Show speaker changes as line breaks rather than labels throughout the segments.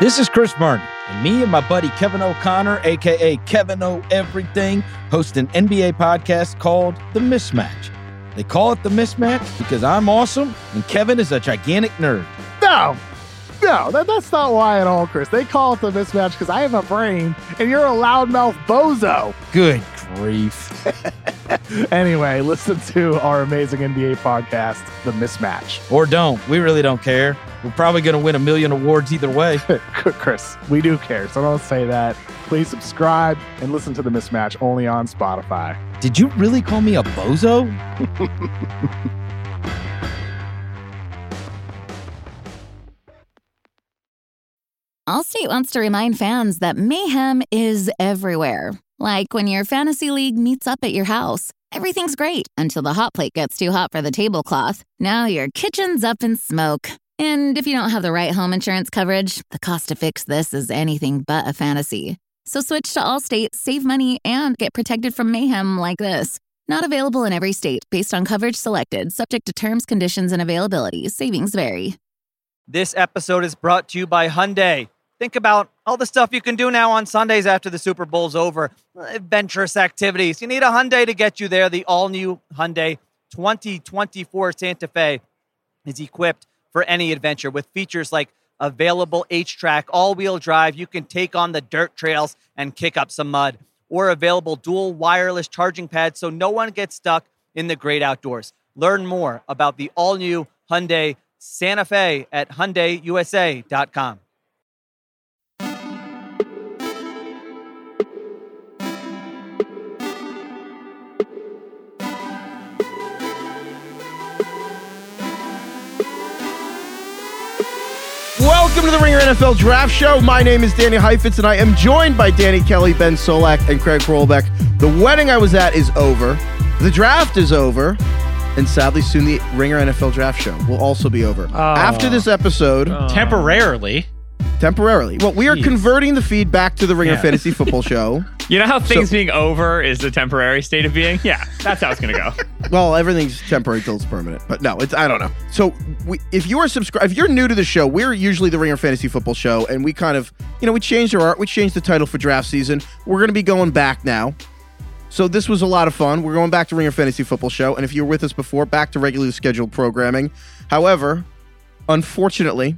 This is Chris Vernon, and me and my buddy Kevin O'Connor, aka Kevin O Everything, host an NBA podcast called The Mismatch. They call it The Mismatch because I'm awesome and Kevin is a gigantic nerd.
No, no, that, that's not why at all, Chris. They call it the mismatch because I have a brain and you're a loudmouth bozo.
Good grief.
Anyway, listen to our amazing NBA podcast, The Mismatch.
Or don't. We really don't care. We're probably going to win a million awards either way.
Chris, we do care, so don't say that. Please subscribe and listen to The Mismatch only on Spotify.
Did you really call me a bozo?
Allstate wants to remind fans that mayhem is everywhere. Like when your fantasy league meets up at your house, everything's great until the hot plate gets too hot for the tablecloth. Now your kitchen's up in smoke. And if you don't have the right home insurance coverage, the cost to fix this is anything but a fantasy. So switch to Allstate, save money, and get protected from mayhem like this. Not available in every state based on coverage selected, subject to terms, conditions, and availability. Savings vary.
This episode is brought to you by Hyundai. Think about all the stuff you can do now on Sundays after the Super Bowl's over. Adventurous activities. You need a Hyundai to get you there. The all-new Hyundai 2024 Santa Fe is equipped for any adventure with features like available H-track, all-wheel drive. You can take on the dirt trails and kick up some mud. Or available dual wireless charging pads so no one gets stuck in the great outdoors. Learn more about the all-new Hyundai Santa Fe at HyundaiUSA.com.
Welcome to the Ringer NFL Draft Show. My name is Danny Heifetz, and I am joined by Danny Kelly, Ben Solak, and Craig Rollbeck. The wedding I was at is over. The draft is over. And sadly, soon the Ringer NFL Draft Show will also be over.
Ah.
After this episode,
temporarily.
temporarily. Well, we are
Ah. Jeez.
converting the feed back to the Ringer
Yeah.
Fantasy Football Show.
You know how things being over is the temporary state of being? Yeah, that's how it's going to go.
Well, everything's temporary till it's permanent, but no, it's I don't know. So, we, if you are subscri- if you're new to the show, we're usually the Ringer Fantasy Football Show, and we kind of, you know, we changed our art, we changed the title for draft season. We're going to be going back now. So this was a lot of fun. We're going back to Ringer Fantasy Football Show, and if you were with us before, back to regularly scheduled programming. However, unfortunately,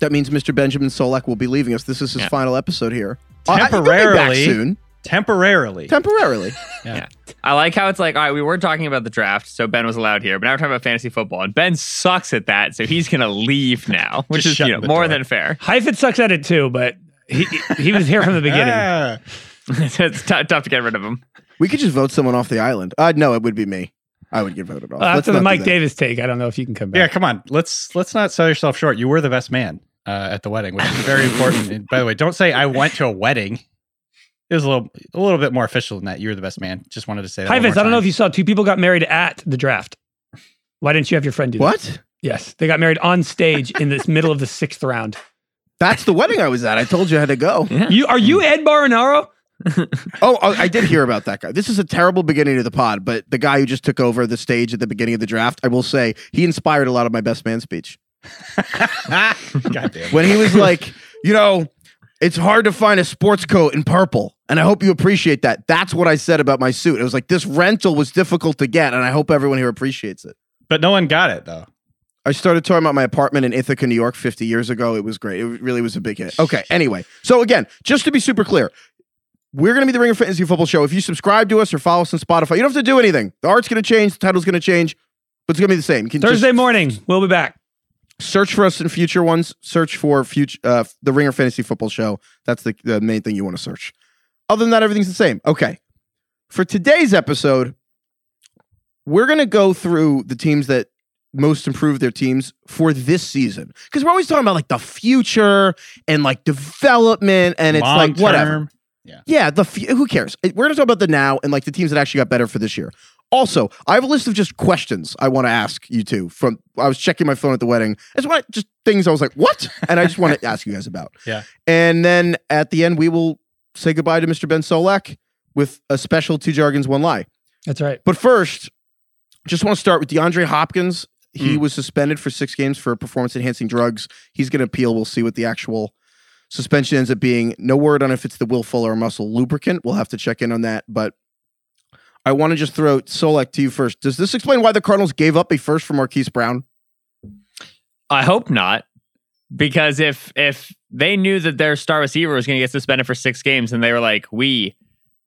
that means Mr. Benjamin Solak will be leaving us. This is his
Yeah.
final episode here. Uh, I- he'll be back
Temporarily.
soon.
temporarily.
Temporarily.
Yeah. I like how it's like, all right, we were talking about the draft, so Ben was allowed here, but now we're talking about fantasy football, and Ben sucks at that, so he's going to leave now, which
Just
is you
shut
know,
the
more
door.
than fair.
Heifetz sucks at it too, but he he was here from the beginning. Ah.
it's t- tough to get rid of him.
We could just vote someone off the island. Uh, no, it would be me. I would get voted off.
Well,
Let's
Uh, after
not
the
do
Mike
that.
Davis take, I don't know if you can come
Yeah.
back.
Davis-
Yeah. Come
Yeah. come
on.
on.
Come on.
Let's
let's not
sell yourself short. You were the best man uh, at the wedding, which is very important. And by the way, don't say I went to a wedding. It was a little, a little bit more official than that. You were the best man. Just wanted to say that. one more
Heifetz, I don't know if
time.
you saw two people got married at the draft. Why didn't you have your friend do that?
What?
Yes, they got married on stage in the middle of the sixth round.
That's the wedding I was at. I told you I had to go.
You are you Ed Baronaro?
Oh, I I did hear about that guy. This is a terrible beginning to the pod, but the guy who just took over the stage at the beginning of the draft, I will say, he inspired a lot of my best man speech.
God damn.
When he was like, you know, it's hard to find a sports coat in purple, and I hope you appreciate that. That's what I said about my suit. It was like this rental was difficult to get, and I hope everyone here appreciates it.
But no one got it though.
I started talking about my apartment in Ithaca, New York, 50 years ago. It was great. It really was a big hit. Okay. Anyway, so again, just to be super clear, we're going to be the Ringer Fantasy Football Show. If you subscribe to us or follow us on Spotify, you don't have to do anything. The art's going to change, the title's going to change, but it's going to be the same. You can
Thursday morning, we'll be back.
just search for us in future ones. Search for future uh, the Ringer Fantasy Football Show. That's the, the main thing you want to search. Other than that, everything's the same. Okay. For today's episode, we're going to go through the teams that most improved their teams for this season. Because we're always talking about like the future and like development and it's like
Long-term.
whatever. Yeah, the f- who cares? It- We're going to talk about the now and like the teams that actually got better for this year. Also, I have a list of just questions I want to ask you two. From I was checking my phone at the wedding. It's what just things I was like, what? And I just want to ask you guys about.
Yeah.
And then at the end, we will say goodbye to Mr. Ben Solak with a special two jargons, one lie.
That's right.
But first, just want to start with DeAndre Hopkins. He was suspended for six games for performance enhancing drugs. He's going to appeal. We'll see what the actual Suspension ends up being no word on if it's the Will Fuller or muscle lubricant. We'll have to check in on that. But I want to just throw Solak to you first. Does this explain why the Cardinals gave up a first for Marquise Brown?
I hope not, because if if they knew that their star receiver was going to get suspended for six games, and they were like, we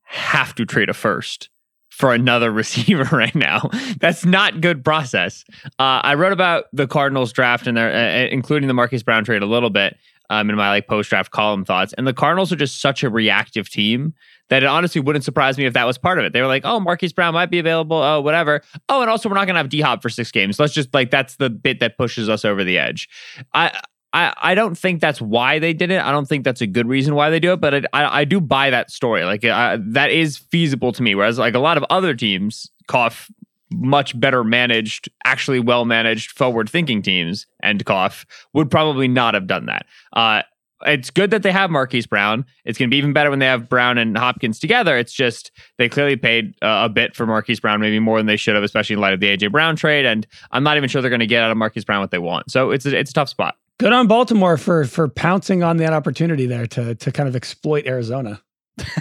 have to trade a first for another receiver right now. That's not good process. Uh, I wrote about the Cardinals draft and their, uh, including the Marquise Brown trade, a little bit um, in my like post draft column thoughts. And the Cardinals are just such a reactive team that it honestly wouldn't surprise me if that was part of it. They were like, oh, Marquise Brown might be available, oh, whatever. Oh, and also we're not gonna have D Hop for six games. Let's just like that's the bit that pushes us over the edge. I. I, I don't think that's why they did it. I don't think that's a good reason why they do it, but it, I, I do buy that story. Like I, that is feasible to me. Whereas like a lot of other teams, cough much better managed, actually well managed, forward thinking teams, and cough would probably not have done that. Uh, it's good that they have Marquise Brown. It's going to be even better when they have Brown and Hopkins together. It's just they clearly paid uh, a bit for Marquise Brown, maybe more than they should have, especially in light of the AJ Brown trade. And I'm not even sure they're going to get out of Marquise Brown what they want. So it's a, it's a tough spot.
Good on Baltimore for for pouncing on that opportunity there to to kind of exploit Arizona.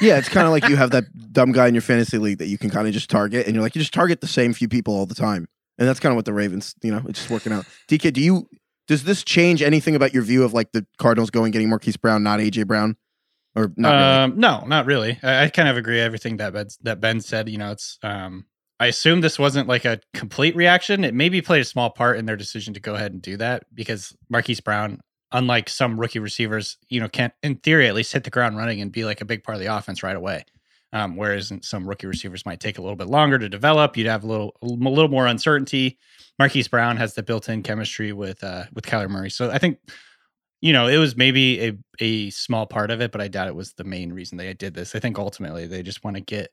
yeah, it's kind of like you have that dumb guy in your fantasy league that you can kind of just target, and you're like, you just target the same few people all the time, and that's kind of what the Ravens, you know, it's just working out. DK, do you does this change anything about your view of like the Cardinals going getting Marquise Brown, not AJ Brown, or not? really?
Uh,
um, No, not really. I, I kind of agree everything that ben, that Ben said. You know, it's um, I assume this wasn't like a complete reaction. It maybe played a small part in their decision to go ahead and do that because Marquise Brown, unlike some rookie receivers, you know, can't in theory at least hit the ground running and be like a big part of the offense right away. Um, whereas in some rookie receivers might take a little bit longer to develop. You'd have a little a little more uncertainty. Marquise Brown has the built-in chemistry with uh, with Kyler Murray, so I think you know, it was maybe a, a small part of it, but I doubt it was the main reason they did this. I think ultimately they just want to get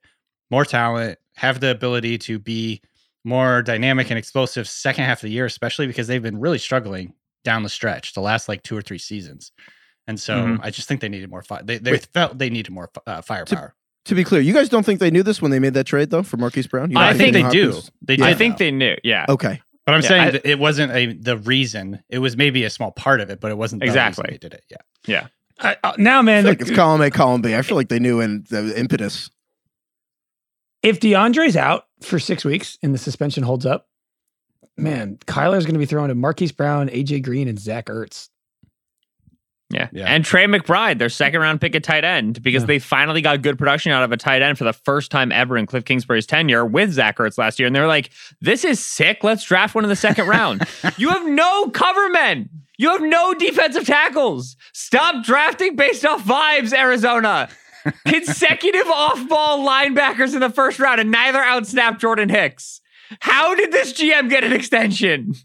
more talent, have the ability to be more dynamic and explosive second half of the year, especially because they've been really struggling down the stretch the last like two or three seasons. And so
Mhm.
I just think they needed more fire. They, they
Wait.
felt they needed more uh, firepower.
To be clear, you guys don't think they knew this when they made that trade though for Marquise Brown? You
I
don't
think
Nugent
they do.
Hopkins-
They
Yeah.
I
did
think
know.
they knew. Yeah.
Okay,
but I'm
Yeah,
saying
I-
that it wasn't a the reason. It was maybe a small part of it, but it wasn't the reason
Exactly.
they did it. Yeah.
I, uh, now,
I
man,
feel
the-
like it's column A, column B. I feel like they knew and the impetus.
if DeAndre's out for six weeks and the suspension holds up, man, Kyler's going to be throwing to Marquise Brown, AJ Green, and Zach Ertz.
Yeah.
Yeah.
And Trey McBride, their second round pick at tight end, because
Yeah.
they finally got good production out of a tight end for the first time ever in Cliff Kingsbury's tenure with Zach Ertz last year. And they're like, this is sick. Let's draft one in the second round. you have no cover men. You have no defensive tackles. Stop drafting based off vibes, Arizona. Consecutive off ball linebackers in the first round, and neither outsnapped Jordan Hicks. How did this GM get an extension?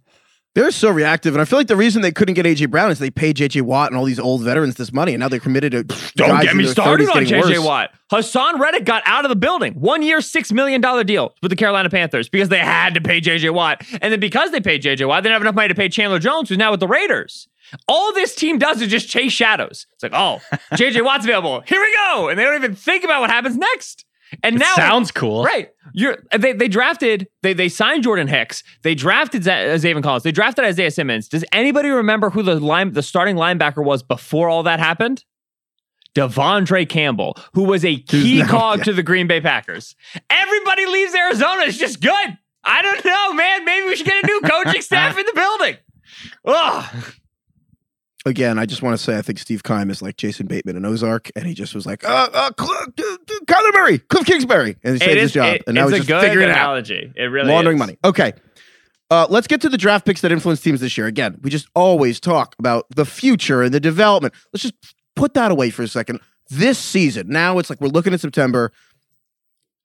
They're so reactive, and I feel like the reason they couldn't get AJ Brown is they paid JJ Watt and all these old veterans this money, and now they're committed to.
Don't
guys
get
in
me
their
started
30s
on
getting
JJ
worse.
Watt. Hassan Reddick got out of the building. One year, $6 million deal with the Carolina Panthers because they had to pay JJ Watt. And then because they paid JJ Watt, they didn't have enough money to pay Chandler Jones, who's now with the Raiders. All this team does is just chase shadows. It's like, oh, JJ Watt's available. Here we go. And they don't even think about what happens next. And
It
now
sounds cool.
Right. You're they they drafted they they signed Jordan Hicks. They drafted Z- Zayvon Collins. They drafted Isaiah Simmons. Does anybody remember who the line the starting linebacker was before all that happened? Devondre Campbell, who was a key
now-
cog
yeah.
to the Green Bay Packers. Everybody leaves Arizona. It's just good. I don't know, man. Maybe we should get a new coaching staff in the building. Ugh.
Again, I just want to say I think Steve Kime is like Jason Bateman in Ozark, and he just was like, uh, uh, Cl- uh, uh, Kyler Murray, Cliff Kingsbury, and he saved his job,
it-
and now
it's
he's
a
just
good
figuring it out.
analogy. It really
laundering
is.
money. Okay. Uh, let's get to the draft picks that influence teams this year. Again, we just always talk about the future and the development. Let's just put that away for a second. This season, now it's like we're looking at September.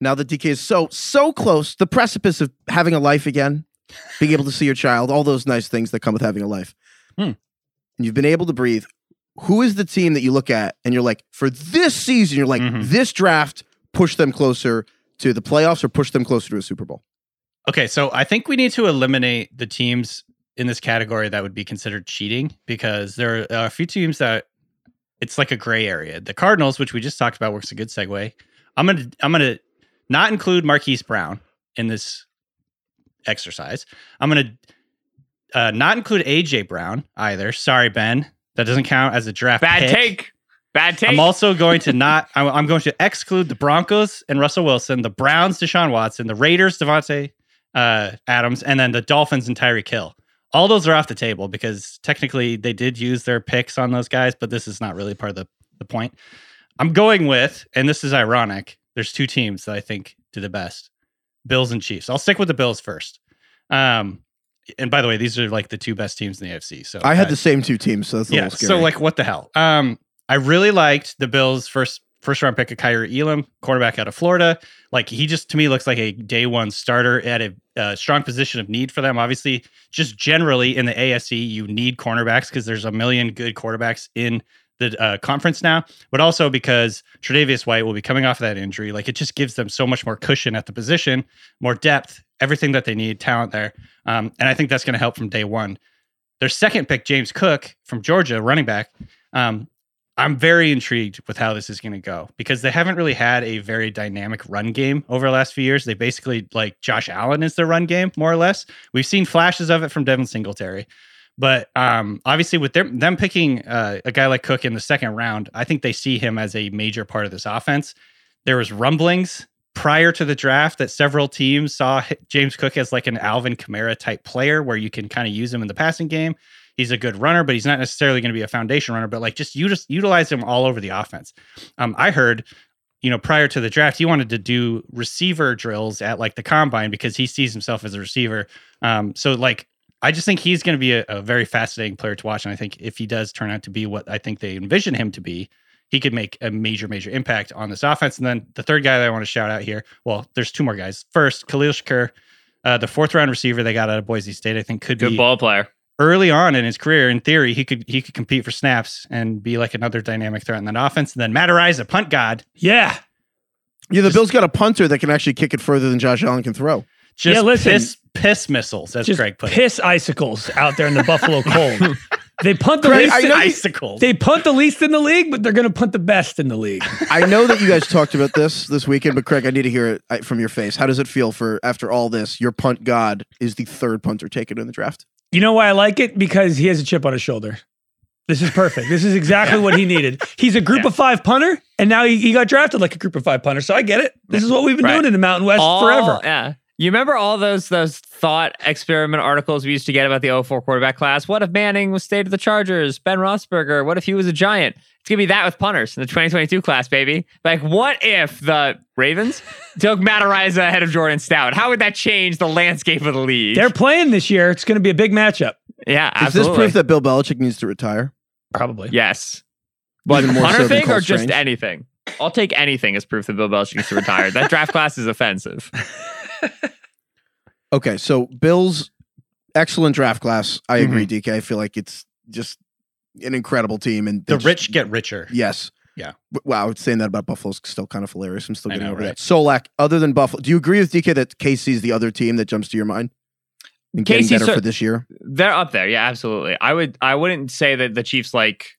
Now that DK is so, so close, the precipice of having a life again, being able to see your child, all those nice things that come with having a life.
Hmm.
And you've been able to breathe. Who is the team that you look at and you're like, for this season, you're like,
Mhm.
this draft pushed them closer to the playoffs or pushed them closer to a Super Bowl?
Okay, so I think we need to eliminate the teams in this category that would be considered cheating because there are a few teams that it's like a gray area. The Cardinals, which we just talked about, works a good segue. I'm gonna I'm gonna not include Marquise Brown in this exercise. I'm gonna uh, not include AJ Brown either. Sorry, Ben, that doesn't count as a draft.
Bad
pick.
take. Bad take.
I'm also going to not. I'm, I'm going to exclude the Broncos and Russell Wilson, the Browns, Deshaun Watson, the Raiders, Devontae uh, Adams, and then the Dolphins and Tyreek Hill. All those are off the table because technically they did use their picks on those guys, but this is not really part of the, the point. I'm going with, and this is ironic. There's two teams that I think do the best: Bills and Chiefs. I'll stick with the Bills first. Um, and by the way, these are like the two best teams in the AFC. So
I had
uh,
the same two teams, so that's a
yeah.
little scary.
So like, what the hell? Um, I really liked the Bills' first first round pick of Kyrie Elam, quarterback out of Florida. Like he just to me looks like a day one starter at a uh, strong position of need for them. Obviously, just generally in the AFC, you need cornerbacks because there's a million good quarterbacks in the uh, conference now, but also because Tre'Davious White will be coming off of that injury. Like it just gives them so much more cushion at the position, more depth, everything that they need, talent there, um, and I think that's going to help from day one. Their second pick, James Cook from Georgia, running back. Um, I'm very intrigued with how this is going to go because they haven't really had a very dynamic run game over the last few years. They basically like Josh Allen is their run game more or less. We've seen flashes of it from Devin Singletary, but um, obviously with their, them picking uh, a guy like Cook in the second round, I think they see him as a major part of this offense. There was rumblings prior to the draft that several teams saw H- James Cook as like an Alvin Kamara type player where you can kind of use him in the passing game he's a good runner, but he's not necessarily going to be a foundation runner. But like, just you just utilize him all over the offense. Um, I heard, you know, prior to the draft, he wanted to do receiver drills at like the combine because he sees himself as a receiver. Um, so like, I just think he's going to be a, a very fascinating player to watch, and I think if he does turn out to be what I think they envision him to be. He could make a major, major impact on this offense. And then the third guy that I want to shout out here, well, there's two more guys. First, Khalil Shakur, uh, the fourth round receiver they got out of Boise State, I think could
good
be
ball player.
early on in his career, in theory, he could he could compete for snaps and be like another dynamic threat in that offense. And then Matt Ariza, punt god,
Yeah.
yeah, the Bills got a punter that can actually kick it further than Josh Allen can throw.
just
Yeah, listen.
piss piss missiles, as
Just
Greg put it.
piss icicles out there in the Buffalo cold. They punt the
Greg,
least.
I know you-
Icicles.
they punt the least in the league, but they're going to punt the best in the league.
I know that you guys talked about this this weekend, but Craig, I need to hear it uh, from your face. How does it feel for after all this? Your punt god is the third punter taken in the draft.
You know why I like it? Because he has a chip on his shoulder. This is perfect. This is exactly what he needed. He's a group of five punter, and now he, he got drafted like a group of five punter. So I get it. This is what we've been
Right.
doing in the Mountain West
All-
forever.
Yeah. You remember all those those thought experiment articles we used to get about the 04 quarterback class? What if Manning was stayed at the Chargers? Ben Roethlisberger? What if he was a giant? It's gonna be that with punters in the 2022 class, baby. Like, what if the Ravens took Matt Ariza ahead of Jordan Stout? How would that change the landscape of the league?
They're playing this year. It's going to be a big matchup,
yeah,
Is this
absolutely.
proof that Bill Belichick needs to retire?
probably.
yes, but
Even more
punter
so than
thing
Cole
or just
Strange?
anything? I'll take anything as proof that Bill Belichick needs to retire. that draft class is offensive.
Okay, so Bills, excellent draft class. I agree,
Mm-hmm.
DK. I feel like it's just an incredible team, and they
the
just-
rich get richer.
Yes.
Yeah.
W- Wow, saying that about Buffalo's still kind of hilarious. I'm still
I
getting
know,
over
right?
that. Solak, other than Buffalo, do you agree with DK that KC is the other team that jumps to your mind? And getting
KC
better
cer-
for this year.
They're up there, yeah, absolutely. I would I wouldn't say that the Chiefs like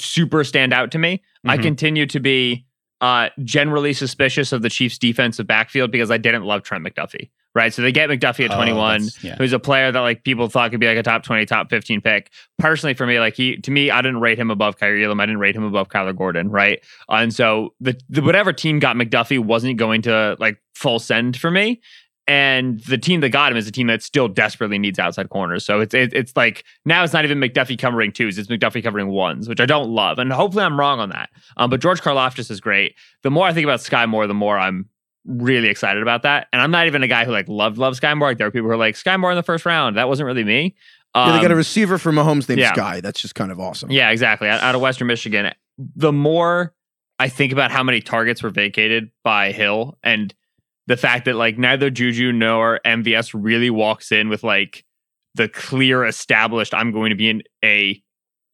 super stand out to me. I
Mhm.
continue to be uh generally suspicious of the Chiefs defensive backfield because I didn't love Trent McDuffie. Right. So they get McDuffie at
Oh,
21,
that's- yeah.
who's a player that like people thought could be like a top 20, top 15 pick. Personally, for me, like he to me, I didn't rate him above Kyrie Elam. I didn't rate him above Kyler Gordon, right? And so the, the whatever team got McDuffie wasn't going to like full send for me and the team that got him is a team that still desperately needs outside corners. So it's it, it's like now it's not even McDuffie covering twos; it's McDuffie covering ones, which I don't love. And hopefully I'm wrong on that. Um, but George Karloftis is great. The more I think about Sky Moore, the more I'm really excited about that. And I'm not even a guy who like loved loved Sky Moore. Like, there are people who are like Sky Moore in the first round. That wasn't really me.
yeah, they got a
Um,
receiver for Mahomes named
yeah.
Sky. That's just kind of awesome.
yeah, exactly. Out, out of Western Michigan, the more I think about how many targets were vacated by Hill and the fact that like neither Juju nor MVS really walks in with like the clear established I'm going to be in a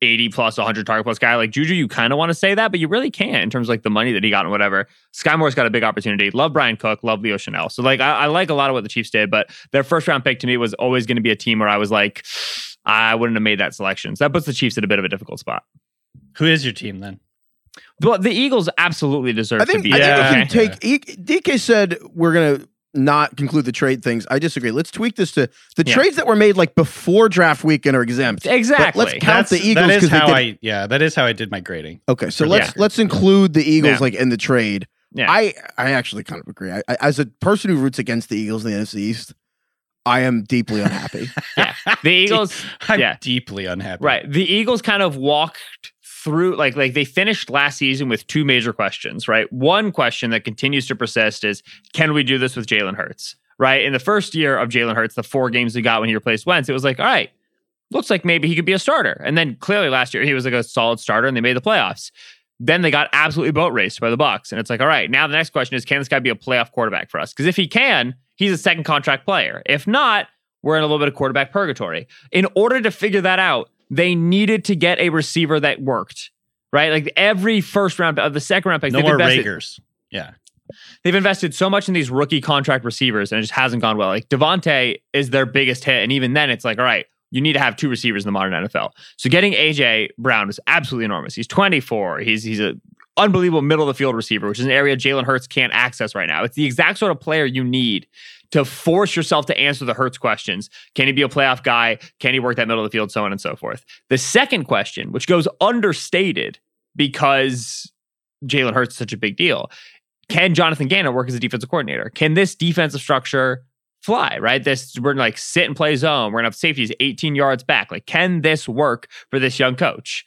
80 plus 100 target plus guy like Juju you kind of want to say that but you really can't in terms of like the money that he got and whatever Skymore's got a big opportunity love Brian Cook love Leo Chanel so like I, I like a lot of what the Chiefs did but their first round pick to me was always going to be a team where I was like I wouldn't have made that selection so that puts the Chiefs in a bit of a difficult spot
Who is your team then?
well, the Eagles absolutely deserve
I think,
to be.
I
there.
think
Yeah.
we can take. E- DK said we're gonna not conclude the trade things. I disagree. Let's tweak this to the
Yeah.
trades that were made like before draft weekend are exempt. But
Exactly.
let's count the
That's-
Eagles
That is
because they
how
did.
I yeah. That is how I did my grading.
okay, so
Yeah.
let's let's include the Eagles
Yeah.
like in the trade.
Yeah.
I I actually kind of agree. I, I, as a person who roots against the Eagles in the NFC East, I am deeply unhappy.
the Eagles,
I'm
yeah.
deeply unhappy.
right? The Eagles kind of walked through like like they finished last season with two major questions, right? One question that continues to persist is can we do this with Jalen Hurts? Right? In the first year of Jalen Hurts, the four games he got when he replaced Wentz, it was like, all right, looks like maybe he could be a starter. And then clearly last year he was like a solid starter and they made the playoffs. Then they got absolutely boat raced by the Bucks. And it's like, all right, now the next question is can this guy be a playoff quarterback for us? Because if he can, he's a second contract player. If not, we're in a little bit of quarterback purgatory. In order to figure that out, they needed to get a receiver that worked. Right? Like every first round of the second round picks,
No
they've
more
invested-
Rager's. Yeah.
they've invested so much in these rookie contract receivers and it just hasn't gone well. Like Devontae is their biggest hit. And even then, it's like, all right, you need to have two receivers in the modern NFL. So getting AJ Brown is absolutely enormous. He's 24. He's he's a unbelievable middle of the field receiver, which is an area Jalen Hurts can't access right now. It's the exact sort of player you need to force yourself to answer the Hurts questions. Can he be a playoff guy? Can he work that middle of the field? So on and so forth. The second question, which goes understated because Jalen Hurts is such a big deal, can Jonathan Gannon work as a defensive coordinator? Can this defensive structure fly, right? This we're gonna like sit and play zone. We're gonna have safeties 18 yards back. Like, can this work for this young coach?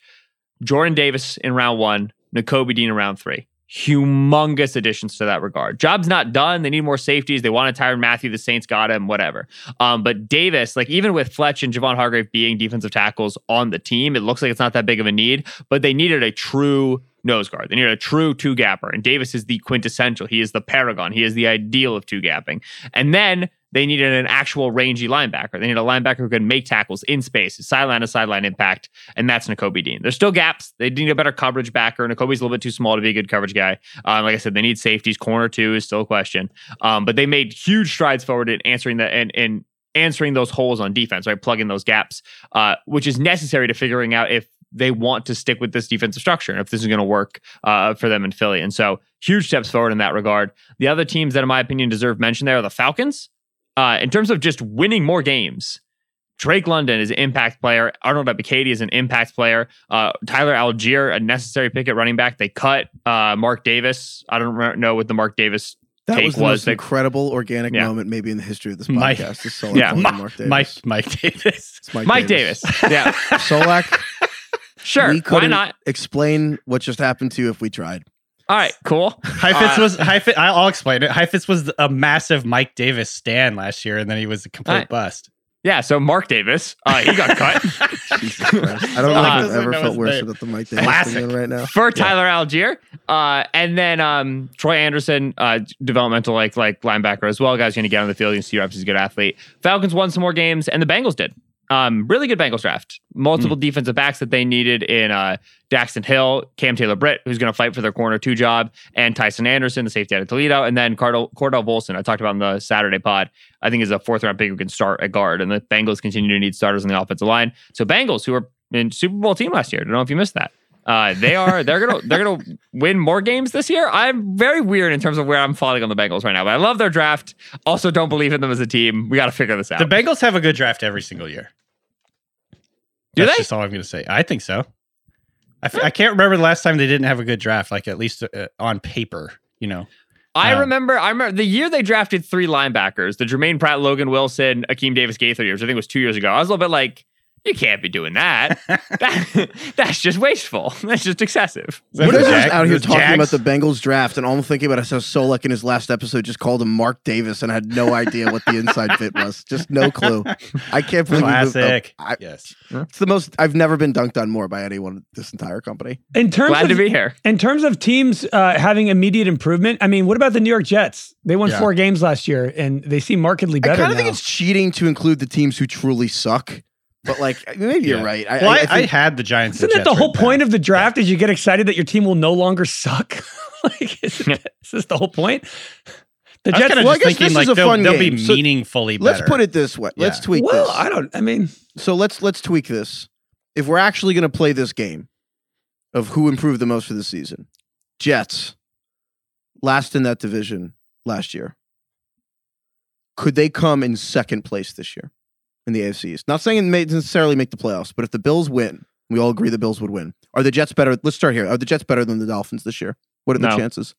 Jordan Davis in round one, N'Kobe Dean in round three. Humongous additions to that regard. Job's not done. They need more safeties. They wanted Tyron Matthew. The Saints got him, whatever. Um, but Davis, like even with Fletch and Javon Hargrave being defensive tackles on the team, it looks like it's not that big of a need, but they needed a true nose guard. They needed a true two gapper. And Davis is the quintessential. He is the paragon. He is the ideal of two gapping. And then they needed an actual rangy linebacker. They needed a linebacker who could make tackles in space, sideline to sideline impact. And that's N'Kobe Dean. There's still gaps. They need a better coverage backer. N'Kobe's a little bit too small to be a good coverage guy. Um, like I said, they need safeties. Corner two is still a question. Um, but they made huge strides forward in answering that and and answering those holes on defense, right? Plugging those gaps, uh, which is necessary to figuring out if they want to stick with this defensive structure and if this is going to work uh, for them in Philly. And so huge steps forward in that regard. The other teams that, in my opinion, deserve mention there are the Falcons. Uh, in terms of just winning more games, Drake London is an impact player. Arnold Ebikady is an impact player. Uh, Tyler Algier, a necessary pick at running back. They cut uh, Mark Davis. I don't re- know what the Mark Davis
That
Take
was the
was
most
the-
incredible organic
Yeah.
moment maybe in the history of this
My-
podcast. is Solak
Yeah.
calling
My-
Mark Davis.
Mike Mike Davis.
It's
Mike Davis. Yeah,
Solak,
sure.
we
Why
couldn't
not?
explain what just happened to you if we tried.
All right, cool.
Heifetz
Uh,
was Heifetz. I'll I'll explain it. Heifetz was a massive Mike Davis stan last year, and then he was a complete
All right.
bust.
Yeah, so Mark Davis, uh, he got cut.
Jesus Christ. I don't know if
Uh,
I've
doesn't
ever
know
felt
his
worse
name.
about the Mike Davis
Classic.
thing than right now.
for Tyler Algier, uh, and then um, Troy Anderson, uh, developmental like like linebacker as well. Guys, going to get on the field. You can see Rob is a good athlete. Falcons won some more games, and the Bengals did. Um, really good Bengals draft. Multiple defensive backs that they needed in uh, Daxton Hill, Cam Taylor Britt, who's going to fight for their corner two job, and Tyson Anderson, the safety out of Toledo, and then Cardell, Cordell Volson. I talked about in the Saturday pod. I think is a fourth round pick who can start at guard, and the Bengals continue to need starters on the offensive line. So Bengals, who were in Super Bowl team last year, I don't know if you missed that. Uh, they are they're gonna they're gonna win more games this year. I'm very weird in terms of where I'm falling on the Bengals right now, but I love their draft. Also, don't believe in them as a team. We got to figure this out.
The Bengals have a good draft every single year.
Do
That's
they?
just all I'm going to say. I think so. I f- I can't remember the last time they didn't have a good draft, like at least uh, on paper. You know,
I
Um,
remember, I remember the year they drafted three linebackers, the Jermaine Pratt, Logan Wilson, Akeem Davis Gaither years. I think it was two years ago. I was a little bit like, you can't be doing that. that that's just wasteful. That's just excessive.
Is that
What
the
is this
Jag-
out here
the
talking
Jags?
about the Bengals draft and all I'm thinking about is how Solak in his last episode just called him Mark Davis and I had no idea what the inside fit was. Just no clue. I can't believe we moved- oh,
classic?
I-
yes,
it's the most I've never been dunked on more by anyone in this entire company.
In terms
Glad
of
to be here.
in terms of teams uh, having immediate improvement, I mean, what about the New York Jets? They won
Yeah.
four games last year, and they seem
I
markedly better
kind
now.
of think it's cheating to include the teams who truly suck. But like maybe you're
Yeah.
right.
Well, I, I,
think-
had the Giants.
Isn't that the whole point of the draft? Is you get excited that your team will no longer suck? like, is,
Yeah.
is this the whole point? The
the Jets?
Jets.
I was kinda
Well, I
just
guess
thinking
this
like
is a
they'll,
fun
they'll
game.
be
So
meaningfully better.
Let's put it this way. Let's
Yeah.
tweak
well,
this.
I don't. I mean,
so let's let's tweak this. If we're actually going to play this game of who improved the most for the season, Jets last in that division last year. could they come in second place this year in the AFC East? Not saying it may necessarily make the playoffs, but if the Bills win, we all agree the Bills would win. Are the Jets better? Let's start here. Are the Jets better than the Dolphins this year? What are the
No.
chances?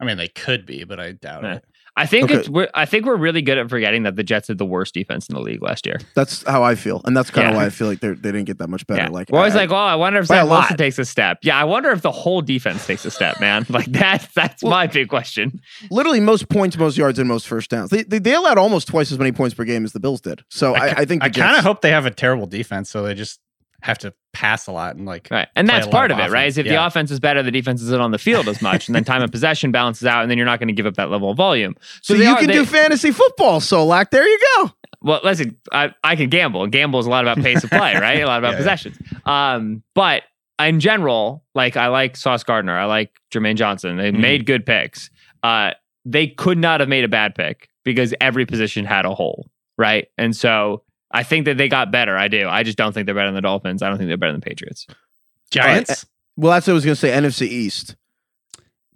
I mean, they could be, but I doubt
Nah.
it.
I think
Okay.
it's we're, I think we're really good at forgetting that the Jets had the worst defense in the league last year.
That's how I feel, and that's kind of
Yeah.
why I feel like they they didn't get that much better.
yeah.
Like
we're always
I-
like, well, I wonder if
by a
Zach Wilson
lot."
takes a step. Yeah, I wonder if the whole defense takes a step, man. Like that's that's my big question.
literally most points, most yards, and most first downs. They, they, they allowed almost twice as many points per game as the Bills did. So I, I, think the
I kind
Jets-
of hope they have a terrible defense, so they just have to pass a lot and like.
Right. And
play
that's
a lot
part
of
of it, right?
offense.
Is if
Yeah.
the offense is better, the defense isn't on the field as much. and then time of possession balances out, and then you're not going to give up that level of volume.
So,
they
you
are-
can
they-
do fantasy football, Solak. There you go.
well, listen, I, I can gamble. and Gamble is a lot about pace of play, right? A lot about
Yeah, yeah.
possessions. Um, but in general, like I like Sauce Gardner, I like Jermaine Johnson. They
Mhm.
made good picks. Uh, they could not have made a bad pick because every position had a hole, right? And so I think that they got better. I do. I just don't think they're better than the Dolphins. I don't think they're better than the Patriots.
eh,
Giants.
Well, that's what I was going to say. NFC East.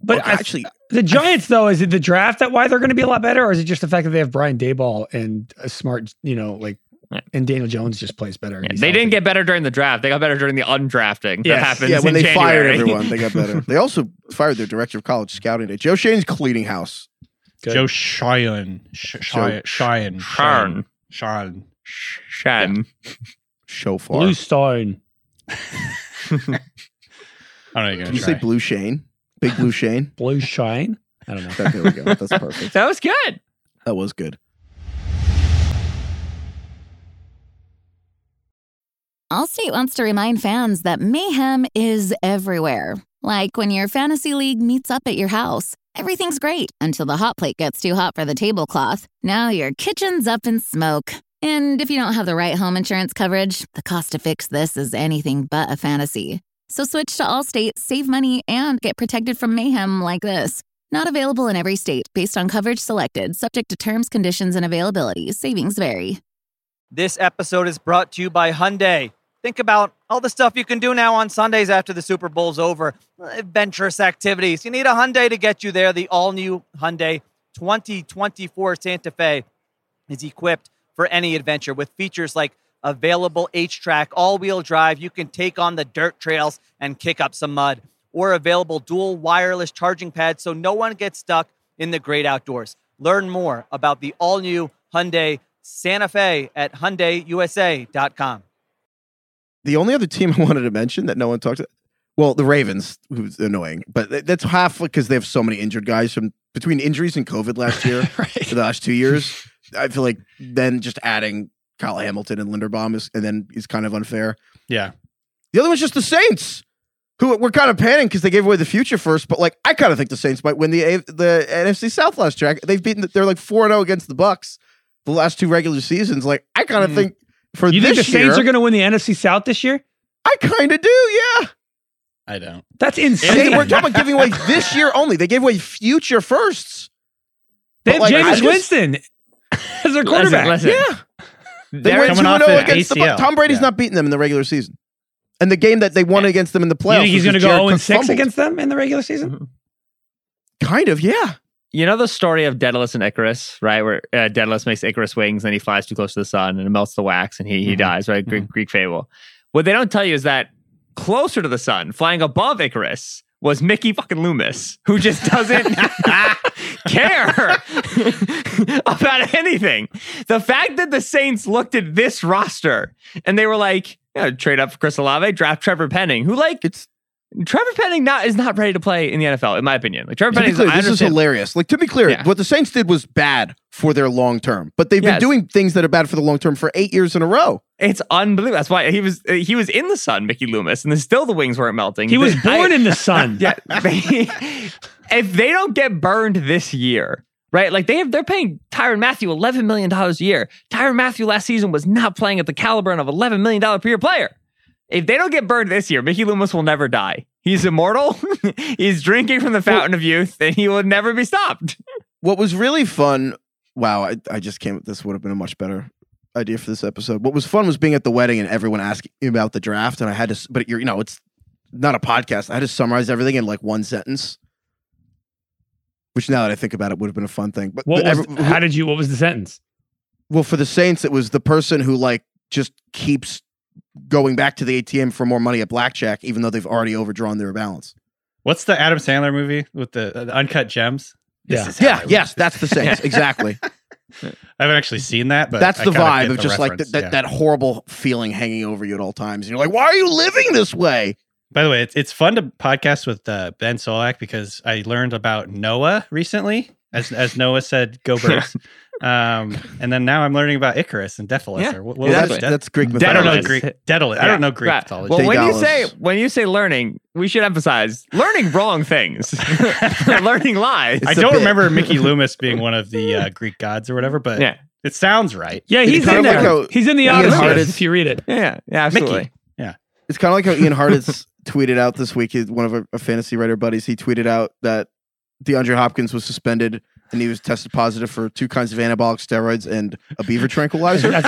But
Okay,
I-
actually,
the Giants, though, is it the draft that why they're going to be a lot better, or is it just the fact that they have Brian Dayball and a smart, you know, like,
Right.
and Daniel Jones just plays better. and
Yeah,
he's
they didn't
healthy.
get better during the draft. They got better during the undrafting. That
Yes.
happens.
yeah, when
in
they fired
January.
everyone, they got better. they also fired their director of college scouting. Day. Joe Shane's cleaning house.
Good.
Joe Cheyenne. Sh-
Joe-
Cheyenne. Cheyenne.
Sharn.
Sean.
Shan.
Show far.
Blue Stone.
I don't know. You're
Did
gonna
you say
try.
Blue Shane? Big Blue Shane.
Blue Shine. I don't know.
That- there we go. That's perfect.
That was good.
That was good.
Allstate wants to remind fans that mayhem is everywhere. Like when your fantasy league meets up at your house, everything's great until the hot plate gets too hot for the tablecloth. Now your kitchen's up in smoke. And if you don't have the right home insurance coverage, the cost to fix this is anything but a fantasy. So switch to Allstate, save money, and get protected from mayhem like this. Not available in every state based on coverage selected, subject to terms, conditions, and availability. Savings vary.
This episode is brought to you by Hyundai. Think about all the stuff you can do now on Sundays after the Super Bowl's over. Adventurous activities. You need a Hyundai to get you there. The all-new Hyundai 2024 Santa Fe is equipped for any adventure with features like available H-track, all-wheel drive. You can take on the dirt trails and kick up some mud. Or available dual wireless charging pads so no one gets stuck in the great outdoors. Learn more about the all-new Hyundai Santa Fe at HyundaiUSA.com.
The only other team I wanted to mention that no one talked to, well, the Ravens, who's annoying, but th- that's half because they have so many injured guys from between injuries and COVID last year for the last two years. I feel like then just adding Kyle Hamilton and Linderbaum is, and then is kind of unfair.
Yeah.
The other one's just the Saints, who we're kind of panning because they gave away the future first. But like, I kind of think the Saints might win the A- the NFC South last track. They've beaten. They're like four and zero against the Bucks the last two regular seasons. Like, I kind of
Mm.
think for
You
this
think the
year,
Saints are going to win the NFC South this year?
I kind of do. Yeah,
I don't.
That's
They-
insane.
we're talking about giving away this year only. They gave away future firsts.
they have
but, like, I
Jameis
just-
Winston as their quarterback.
Listen, listen.
Yeah, they
They're
went two
coming
and
off
zero
an
against the Bucs.
ACL.
Tom Brady's
Yeah.
not beating them in the regular season, and the game that they won against them in the
you
playoffs.
think he's
going to
go 0 and 6 against them in the regular season?
Mm-hmm.
Kind of, yeah.
You know the story of Daedalus and Icarus, right? Where uh, Daedalus makes Icarus wings, then he flies too close to the sun and it melts the wax and he,
Mm-hmm.
he
Mhm.
dies, right? Greek, Greek fable. What they don't tell you is that closer to the sun, flying above Icarus, was Mickey fucking Loomis, who just doesn't care about anything. The fact that the Saints looked at this roster and they were like, yeah, trade up for Chris Olave, draft Trevor Penning, who like it's Trevor Penning not is not ready to play in the NFL, in my opinion. Like Trevor
To be
Penning,
clear,
I
this is
understand
hilarious. Like to be clear,
Yeah.
what the Saints did was bad for their long term, but they've been
Yes.
doing things that are bad for the long term for eight years in a row.
It's unbelievable. That's why he was uh, he was in the sun, Mickey Loomis, and then still the wings weren't melting.
He was
I-
born in the sun.
yeah. they- if they don't get burned this year, right? Like they have, they're paying Tyron Matthew eleven million dollars a year. Tyron Matthew last season was not playing at the caliber of eleven million dollar per year player. If they don't get burned this year, Mickey Loomis will never die. He's immortal. He's drinking from the fountain of youth, and he will never be stopped.
What was really fun? Wow, I, I just came. This would have been a much better idea for this episode. What was fun was being at the wedding and everyone asking me about the draft, and I had to. s- But you're, you know, it's not a podcast. I had to summarize everything in like one sentence. Which now that I think about it, would have been a fun thing. But
What
the-
was?
every- who-
How did you? What was the sentence?
well, for the Saints, it was the person who like just keeps going back to the ATM for more money at blackjack, even though they've already overdrawn their balance.
What's the Adam Sandler movie with the, the uncut gems? This
Yeah.
is how
Yeah,
I would-
yes, that's the Saints exactly.
I haven't actually seen that, but
that's
I
the
kinda get
vibe of
the
just like
reference,
th- that
yeah.
that horrible feeling hanging over you at all times. And you're like, why are you living this way?
By the way, it's, it's fun to podcast with uh, Ben Solak because I learned about Noah recently. As as Noah said, go birds. um, and then now I'm learning about Icarus and Dephilis.
Yeah.
Or what, what
that's,
was it? De-
that's Greek
I
mythology.
don't know
Daedalus.
Greek. Daedalus. I
Yeah.
don't know Greek
Right.
mythology.
Well, when you
Daedalus.
say when you say learning, we should emphasize learning wrong things, learning lies.
I
it's a
don't
bit-
remember Mickey Loomis being one of the uh, Greek gods or whatever, but
Yeah.
it sounds right.
Yeah,
It's
he's
kind
in
of
there.
like a-
he's in the
Ian
Odyssey.
Harded-
If you read it,
Yeah, yeah, absolutely.
Mickey.
It's kind of like how Ian Hardis tweeted out this week. One of our, our fantasy writer buddies, he tweeted out that DeAndre Hopkins was suspended and he was tested positive for two kinds of anabolic steroids and a beaver tranquilizer.
that's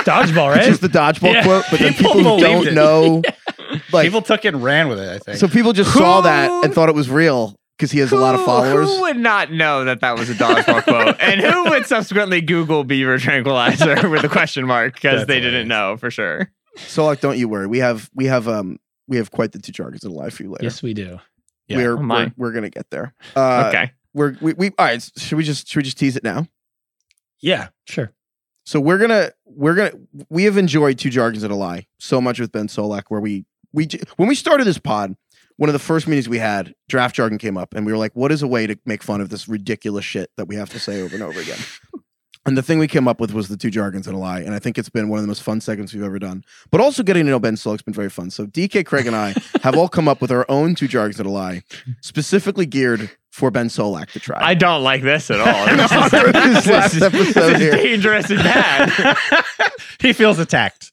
It's
dodgeball, right?
just the dodgeball
Yeah.
quote, but then
People
people, who don't
believed it.
know, like,
People took it and ran with it. I think.
so people just saw that and thought it was real because he has a lot of
Who- Who
followers.
would not know that that was a dodgeball quote? And who would subsequently Google beaver tranquilizer with a question mark because
That's
they didn't
hilarious.
know for sure?
So, like, don't you worry. We have we have um we have quite the two jargons in life for you later.
yes, we do.
Yeah.
We're,
Oh, my.
we're we're gonna get there. Uh,
okay.
We're we, we all right. Should we just should we just tease it now?
Yeah, sure.
So we're gonna we're gonna we have enjoyed two jargons and a lie so much with Ben Solak where we we j- when we started this pod, one of the first meetings we had, draft jargon came up, and we were like, "What is a way to make fun of this ridiculous shit that we have to say over and over again?" And the thing we came up with was the two jargons and a lie, and I think it's been one of the most fun segments we've ever done. But also getting to know Ben Solak's been very fun. So DK Craig and I have all come up with our own two jargons and a lie, specifically geared for Ben Solak to try.
I don't like this at all.
No, this last
is-
episode
this
here.
is dangerous and bad.
he feels attacked.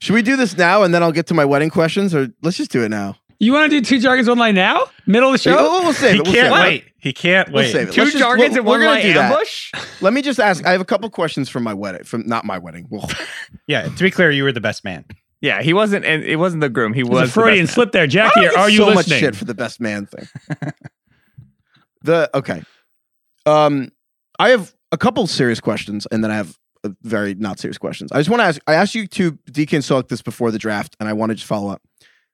Should we do this now and then I'll get to my wedding questions, or let's just do it now?
You want to do two jargons online now? Middle of the show?
We'll, we'll save
He
it. We'll
can't
save it.
wait. He can't
We'll
wait.
save it.
Two
Let's just-
jargons
we'll-
and
we're
one
gonna
light
do that.
ambush.
Let me just ask. I have a couple questions from my wedding, from not my wedding. Well,
Yeah. To be clear, you were the best man.
Yeah, he wasn't. And it wasn't the groom. He
It was
was
a
the best
Freudian
man.
slip there,
I
Jackie.
don't
Or
get
are you
so much
listening?
shit for the best man thing? the okay. Um, I have a couple serious questions, and then I have uh, very not serious questions. I just want to ask. I asked you to DK and select this before the draft, and I want to just follow up.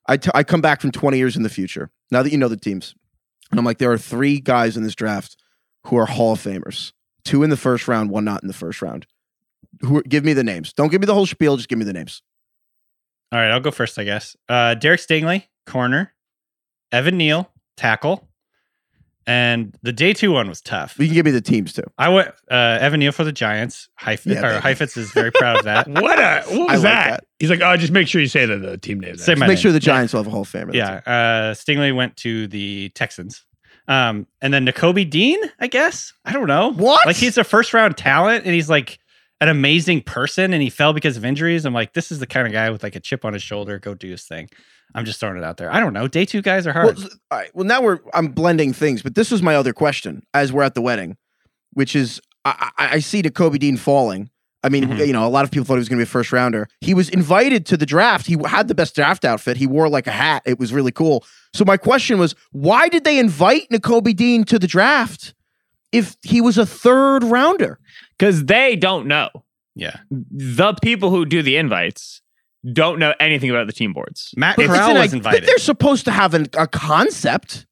I t- I come back from twenty years in the future. Now that you know the teams, and I'm like, there are three guys in this draft who are Hall of Famers. Two in the first round, one not in the first round. Who are- give me the names? Don't give me the whole spiel. Just give me the names.
All right, I'll go first, I guess. Uh, Derek Stingley, corner. Evan Neal, tackle. And the day two one was tough.
You can give me the teams too.
I went uh, Evan Neal for the Giants. Heifetz,
Yeah,
or
baby.
Heifetz is very proud of that.
What a what was
I like
that?
that.
He's like, oh, just make sure you say the, the team name.
Say
there."
my
Make
name.
sure the Giants will have a Hall of Famer. That's
Yeah, uh, Stingley went to the Texans. Um, and then N'Kobe Dean, I guess. I don't know.
What?
Like he's a first round talent, and he's like an amazing person, and he fell because of injuries. I'm like, this is the kind of guy with like a chip on his shoulder. Go do his thing. I'm just throwing it out there. I don't know. Day two guys are
Well,
hard.
s- all right. Well, now we're I'm blending things, but this was my other question as we're at the wedding, which is I, I, I see Kobe Dean falling. I mean,
Mhm.
you know, a lot of people thought he was going to be a first rounder. He was invited to the draft. He had the best draft outfit. He wore like a hat. It was really cool. So my question was, why did they invite N'Kobe Dean to the draft if he was a third rounder?
because they don't know.
yeah.
The people who do the invites don't know anything about the team boards.
Matt
But it's
Corral
an-
was
but
invited.
they're supposed to have an, a concept.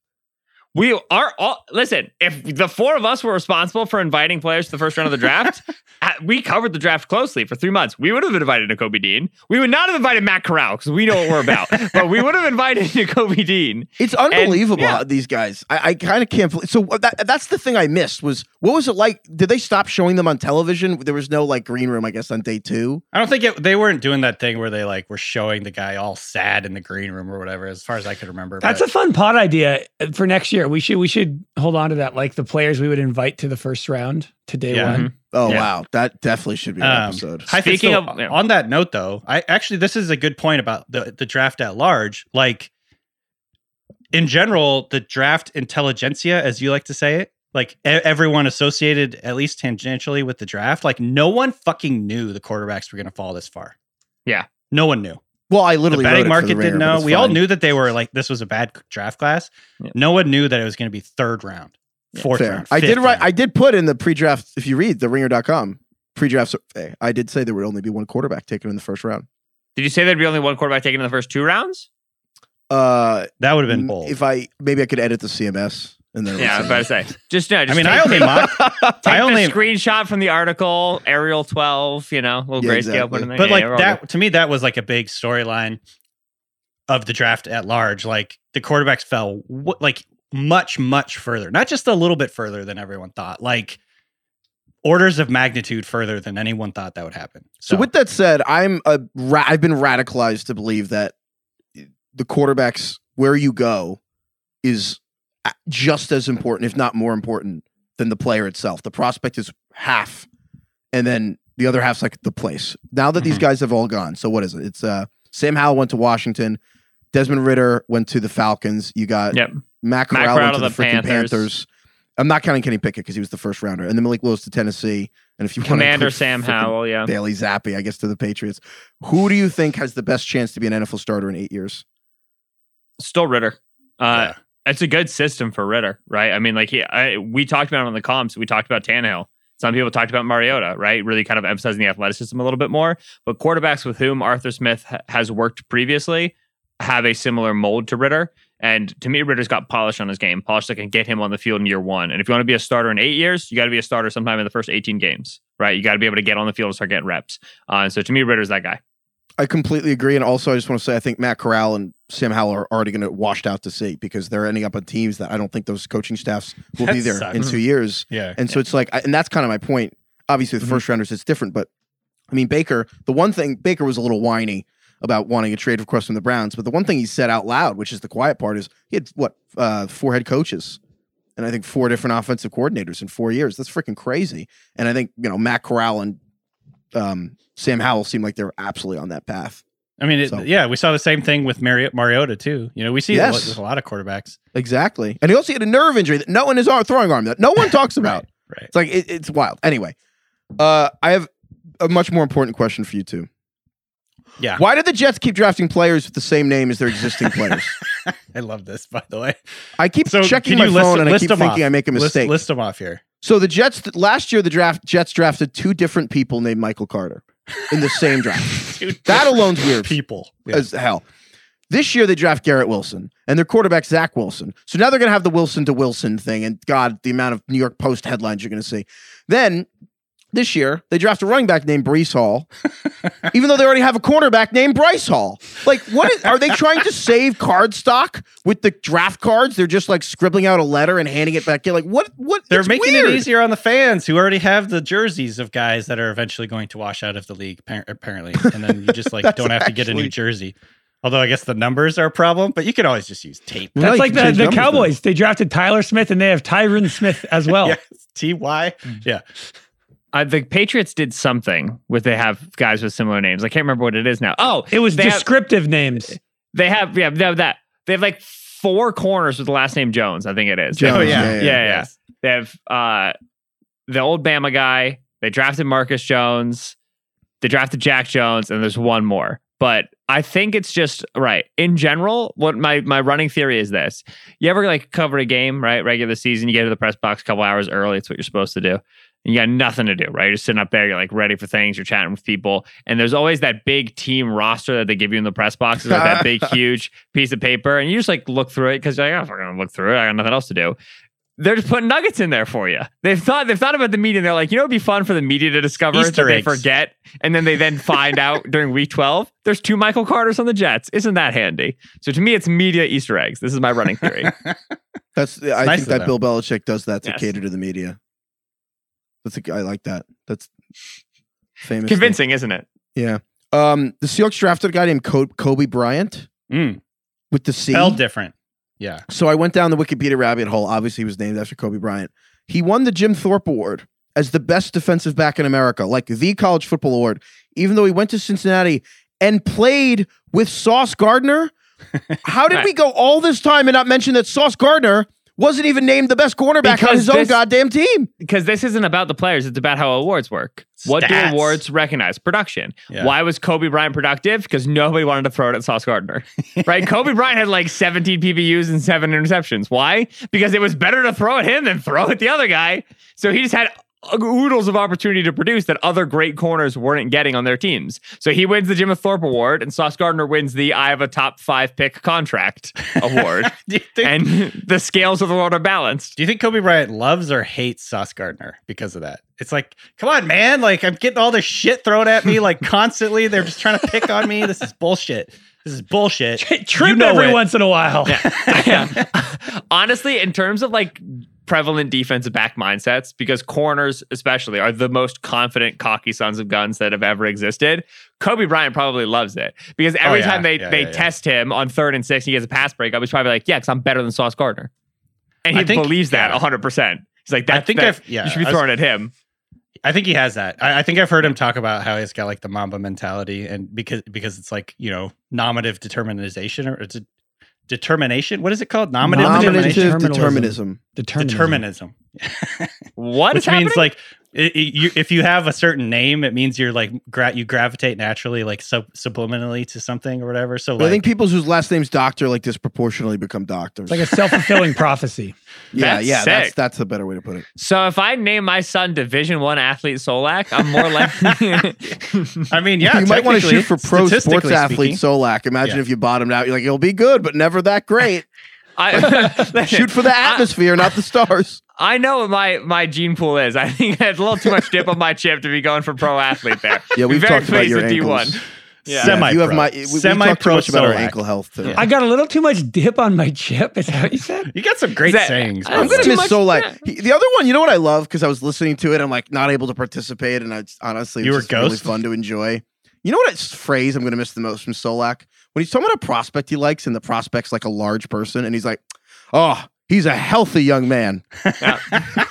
We are all listen. If the four of us were responsible for inviting players to the first round of the draft, uh, we covered the draft closely for three months. We would have invited N'Kobe Dean. We would not have invited Matt Corral because we know what we're about. but we would have invited N'Kobe Dean.
It's unbelievable
yeah.
how these guys. I, I kind of can't. believe So what- that, that's the thing I missed was what was it like? Did they stop showing them on television? There was no like green room, I guess, on day two.
I don't think it, they weren't doing that thing where they like were showing the guy all sad in the green room or whatever. As far as I could remember,
That's a fun pod idea uh, for next year. We should we should hold on to that. Like the players we would invite to the first round to day
Yeah.
one.
Oh
Yeah.
wow, that definitely should be an
Um,
episode.
Hi,
Speaking
Speaking
of- yeah.
on that note, though, I actually this is a good point about the the draft at large. Like in general, the draft intelligentsia, as you like to say it, like e- everyone associated at least tangentially with the draft, like no one fucking knew the quarterbacks were going to fall this far.
Yeah.
no one knew.
Well, I
The
literally wrote it
betting
for
market
the Ringer,
didn't
but
know.
it's
We all
fine.
knew that they were like this was a bad draft class.
Yeah.
No one knew that it was going to be third round. fourth
Fair.
round.
I
fifth
did write.
round.
I did put in the pre-draft. If you read the ringer.com pre-draft survey, I did say there would only be one quarterback taken in the first round.
Did you say there'd be only one quarterback taken in the first two rounds?
Uh,
that would have been bold.
If I maybe I could edit the CMS and then
Yeah, I was about to say. Just no.
I
Just
mean,
take,
I only
take
mocked. I
the
only.
screenshot from the article, Arial twelve. You know, little
Yeah,
grayscale
exactly.
put in there.
But
Yeah,
like
we're all
that to me, that was like a big storyline of the draft at large. Like the quarterbacks fell w- like much, much further, not just a little bit further than everyone thought. Like orders of magnitude further than anyone thought that would happen. So,
So with that said, I'm a ra- I've been radicalized to believe that the quarterbacks where you go is a- just as important, if not more important, than the player itself. The prospect is half, and then the other half's like the place. Now that these
Mm-hmm.
Mhm.
guys have all gone, so what is it? It's uh, Sam Howell went to Washington. Desmond Ritter went to the Falcons. You got
Yep.
Matt
Matt
Corral
Corral
went to the,
to the
freaking
Panthers.
Panthers. I'm not counting Kenny Pickett because he was the first rounder, and then Malik Willis to Tennessee. And if you wanna
Commander
include
Sam
freaking
Howell. Yeah.
Bailey Zappi, I guess, to the Patriots. Who do you think has the best chance to be an NFL starter in eight years?
still Ritter. Uh,
Yeah.
It's a good system for Ritter, right? I mean, like he, I, we talked about it on the comps. We talked about Tannehill. Some people talked about Mariota, right? Really kind of emphasizing the athleticism a little bit more. But quarterbacks with whom Arthur Smith ha- has worked previously have a similar mold to Ritter. And to me, Ritter's got polish on his game, polish that can get him on the field in year one. And if you want to be a starter in eight years, you got to be a starter sometime in the first 18 games, right? You got to be able to get on the field and start getting reps. Uh, so to me, Ritter's that guy.
I completely agree. And also, I just want to say, I think Matt Corral and Sam Howell are already going to washed out to sea because they're ending up on teams that I don't think those coaching staffs will
That
be there
sucks.
in two years.
yeah,
And so it's like, I- and that's kind of my point. Obviously, the
Mhm.
first rounders, it's different, but I mean, Baker, the one thing, Baker was a little whiny about wanting a trade request from the Browns, but the one thing he said out loud, which is the quiet part, is he had what, uh, four head coaches and I think four different offensive coordinators in four years. That's freaking crazy. And I think, you know, Matt Corral and um, Sam Howell seem like they're absolutely on that path.
I mean, it,
So-
yeah, we saw the same thing with Mari- Mariota too. You know, we see it
Yes.
with a lot of quarterbacks.
Exactly. And he also had a nerve injury that no one is arm, throwing arm that no one talks about.
Right.
It's like, it, it's wild. Anyway, uh, I have a much more important question for you two.
Yeah.
Why do the Jets keep drafting players with the same name as their existing players?
I love this, by the way.
I keep
So,
checking
can
my
you
phone
list-
and I
list
keep
them
thinking
off?
I make a
List,
mistake.
list them off here.
So the Jets th- last year, the draft Jets drafted two different people named Michael Carter in the same draft.
Two
that
different
alone's weird.
People. Yeah.
as hell. This year they draft Garrett Wilson and their quarterback Zach Wilson. So now they're going to have the Wilson to Wilson thing, and God, the amount of New York Post headlines you're going to see. Then this year they draft a running back named Brees Hall, even though they already have a cornerback named Bryce Hall. Like, what is, are they trying to save card stock with the draft cards? They're just like scribbling out a letter and handing it back in. Like, what? What?
They're
it's
making
weird.
it easier on the fans who already have the jerseys of guys that are eventually going to wash out of the league, appar- apparently. And then you just like
That's
don't have to get a new
actually-
jersey. Although I guess the numbers are a problem, but you can always just use tape.
That's
you
like
can
the,
change
the
numbers then.
Cowboys. They drafted Tyler Smith and they have Tyron Smith as well.
Yeah, T Y.
Mm. Uh, the Patriots did something with they have guys with similar names. I can't remember what it is now. Oh,
It was
they have,
descriptive names.
they have yeah they have that they have like four corners with the last name Jones. I think it is.
Jones,
Oh,
yeah,
yeah.
yeah, yeah. They have uh the old Bama guy. They drafted Marcus Jones. They drafted Jack Jones, and there's one more. But I think it's just right. In general, what my my running theory is this: you ever like cover a game, right? Regular season, you get to the press box a couple hours early. It's what you're supposed to do. And you got nothing to do, right? You're sitting up there, you're like ready for things, you're chatting with people, and there's always that big team roster that they give you in the press box, like that big, huge piece of paper, and you just like look through it because you're like, oh, I'm gonna look through it. I got nothing else to do they're just putting nuggets in there for you. They've thought they've thought about the media. And they're like, you know, it'd be fun for the media to discover that
Easter
they
eggs.
forget, and then they then find out during week twelve. There's two Michael Carters on the Jets. Isn't that handy? So to me, it's media Easter eggs. This is my running theory.
That's I
nice
think
of
that
them.
Bill Belichick does that to
Yes.
cater to the media. That's a, I like that. That's famous.
Convincing, isn't it?
Yeah. Um, the Seahawks drafted a guy named Co- Kobe Bryant
Mm,
with the C.
spelled different. Yeah.
So I went down the Wikipedia rabbit hole. Obviously, he was named after Kobe Bryant. He won the Jim Thorpe Award as the best defensive back in America, like the college football award, even though he went to Cincinnati and played with Sauce Gardner. How did
Right.
we go all this time and not mention that Sauce Gardner wasn't even named the best cornerback on
Because
his own
this-
goddamn team.
because this isn't about the players, it's about how awards work. What do
Stats.
awards recognize? Production.
Yeah.
Why was Kobe Bryant productive? Because nobody wanted to throw it at Sauce Gardner. right? Kobe Bryant had like 17 PBUs and seven interceptions. Why? Because it was better to throw at him than throw at the other guy. So he just had oodles of opportunity to produce that other great corners weren't getting on their teams. So he wins the Jim Thorpe Award and Sauce Gardner wins the I have a top five pick contract award.
do, you think,
and the scales of the world are balanced.
do you think Kobe Bryant loves or hates Sauce Gardner because of that? It's like, come on, man! Like I'm getting all this shit thrown at me like constantly. They're just trying to pick on me. This is bullshit. This is bullshit.
Trim
You know
every
it.
once in a while.
Yeah. Honestly, in terms of like prevalent defensive back mindsets, because corners especially are the most confident, cocky sons of guns that have ever existed. Kobe Bryant probably loves it because every
Oh, yeah.
time they
Yeah,
they
yeah, yeah.
test him on third and six, and he gets a pass breakup. He's probably like, "Yeah, because I'm better than Sauce Gardner," and
I
he
think-
believes that
yeah.
100. percent He's like,
I
"That
think
that-
I've- yeah,
you should be
I was-
throwing at him."
I think he has that. I, I think I've heard him talk about how he's got like the Mamba mentality, and because because it's like you know nominative determinization or it's a determination. What is it called? Nominative,
Nominative
determination.
determinism. Determinism.
Determinism.
What
Which
is happening?
means like i- i- you, if you have a certain name, it means you're like gra- you gravitate naturally, like sub- subliminally to something or whatever. So
But I
like,
think people whose last name's Doctor like disproportionately become doctors.
It's like a self fulfilling prophecy.
yeah,
that's
yeah, that's
sick.
that's a better way to put it.
so if I name my son Division One athlete Solak, I'm more likely.
I mean, yeah,
you might want to shoot for
technically,
pro sports
statistically
athlete
speaking.
Solak. Imagine
Yeah.
if you bottomed out. You're like, it'll be good, but never that great.
I,
shoot for the atmosphere, not the stars.
I know what my my gene pool is. I think I had a little too much dip on my chip to be going for pro athlete there.
Yeah, we've
Be very
talked about
pleased
your
with
ankles.
D1.
Yeah,
Yeah.
Semi-pro.
you have my. We, we talked too
Semi-pro
much about our
Solak.
ankle health today.
I got a little too much dip on my chip. Is that what you said?
You got some great
That-
sayings.
I'm
by the
I'm
That's
gonna
way.
too
miss Solak.
much- yeah.
He- The other one, you know what I love because I was listening to it. I'm like not able to participate, and I it's honestly
You
it's
were
just really
ghost?
fun to enjoy. You know what it's- phrase I'm gonna miss the most from Solak when he's talking about a prospect he likes, and the prospect's like a large person, and he's like, "Oh, he's a healthy young man."
That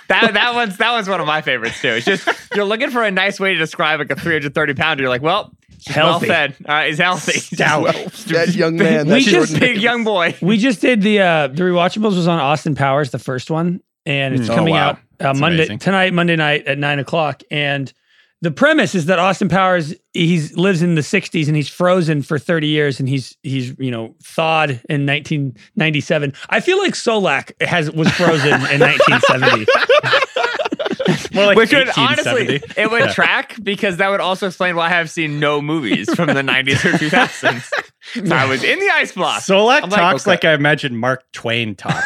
that one's that one's one of my favorites too. It's just you're looking for a nice way to describe like a 330 pounder. You're like, well, he's well
Healthy.
fed. All right, he's healthy.
Stout.
that young man.
We
that's
He's
just
just
Jordan
a big
Davis.
young boy.
We just did the uh the rewatchables was on Austin Powers, the first one, and it's
Hmm. Oh,
coming
wow.
out uh, Monday
amazing.
tonight, Monday night at nine o'clock. And the premise is that Austin Powers he's lives in the '60s and he's frozen for 30 years, and he's he's you know thawed in 1997. I feel like Solak has was frozen in 1970.
More like
Which would honestly
1870.
it would
Yeah.
track because that would also explain why I have seen no movies from the 90s or 2000s. So I was in the ice block.
Solak
I'm like,
talks
okay.
like I imagine Mark Twain talks.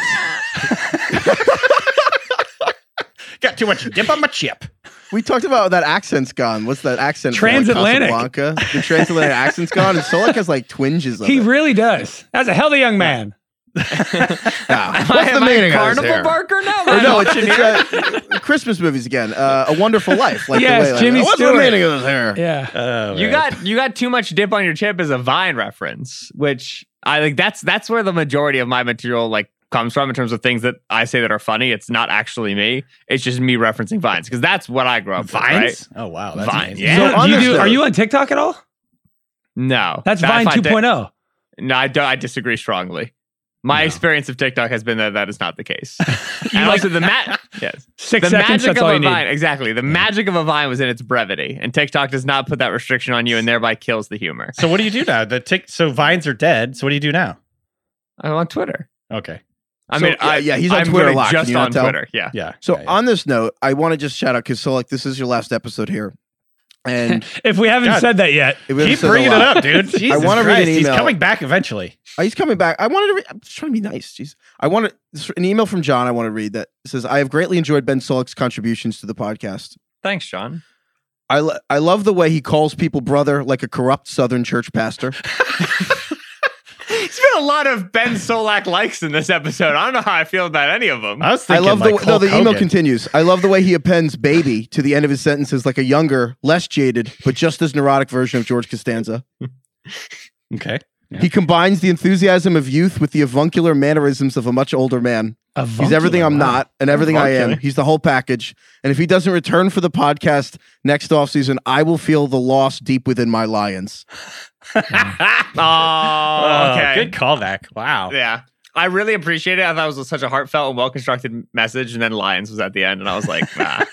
Got too much dip on my chip.
We talked about that accent's gone. What's that accent? from,
Transatlantic.
Like Casablanca? the transatlantic accent's gone, and Solak has like twinges of
he
it.
really does. That's a healthy young man.
Now,
Am I-
what's the
am I a
meaning of this
carnival
here?
barker? No,
Or
I'm
no,
not.
it's, it's uh, Christmas movies again. Uh, a Wonderful Life. Like
Yes,
the way,
Jimmy
like, What's the
Stewart.
meaning of this hair?
Yeah.
Oh,
You
man.
got you got too much dip on your chip as a Vine reference, which I think that's that's where the majority of my material like comes from in terms of things that I say that are funny. It's not actually me. It's just me referencing Vines because that's what I grew up with. Right?
vines. Oh wow, that's
Vine,
amazing.
yeah.
So
on
you
this
do,
show-
are you on TikTok at all?
No,
That's
That-
Vine oh.
if I did-
2.0.
No, I don't. I disagree strongly. My
No.
experience of TikTok has been that that is not the case.
You
and
like-
also the mat. Yes.
Six
the
seconds.
magic
That's
of
all
a
you need.
vine, exactly. The magic of a vine was in its brevity, and TikTok does not put that restriction on you, and thereby kills the humor.
So what do you do now? The tick. So vines are dead. So what do you do now?
I'm on Twitter.
Okay.
I
So,
mean,
yeah,
I,
yeah, he's on
I'm
Twitter a
literally
lot. Can
Just
you not
on
tell?
Twitter, yeah.
Yeah.
So
yeah, yeah.
on this note, I want to just shout out because Solak, this is your last episode here, and
If we haven't
God.
said that yet,
it was
keep
said a
bringing it
lot.
up, dude. Jesus I
wanna
want to
read an
read He's
email.
coming back eventually.
Oh, He's coming back. I wanted to. Re- I'm just trying to be nice. Jeez. I wanted this- an email from John. I want to read that says, "I have greatly enjoyed Ben Solak's contributions to the podcast.
Thanks, Sean.
I lo- I love the way he calls people brother like a corrupt Southern church pastor.
It's been a lot of Ben Solak likes in this episode. I don't know how I feel about any of them. Oh,
I was
I
thinking.
love the
like,
way, no, the
Hulk
email
Hogan.
continues. I love the way he appends baby to the end of his sentences like a younger, less jaded, but just as neurotic version of George Costanza.
Okay.
He combines the enthusiasm of youth with the avuncular mannerisms of a much older man. He's everything I'm not and everything I am.
Avuncular.
He's the whole package. And if he doesn't return for the podcast next offseason, I will feel the loss deep within my lions.
oh,
Oh,
okay. Oh,
Uh, Good callback. Wow.
Yeah. I really appreciate it. I thought it was such a heartfelt and well constructed message. And then Lions was at the end, and I was like, nah,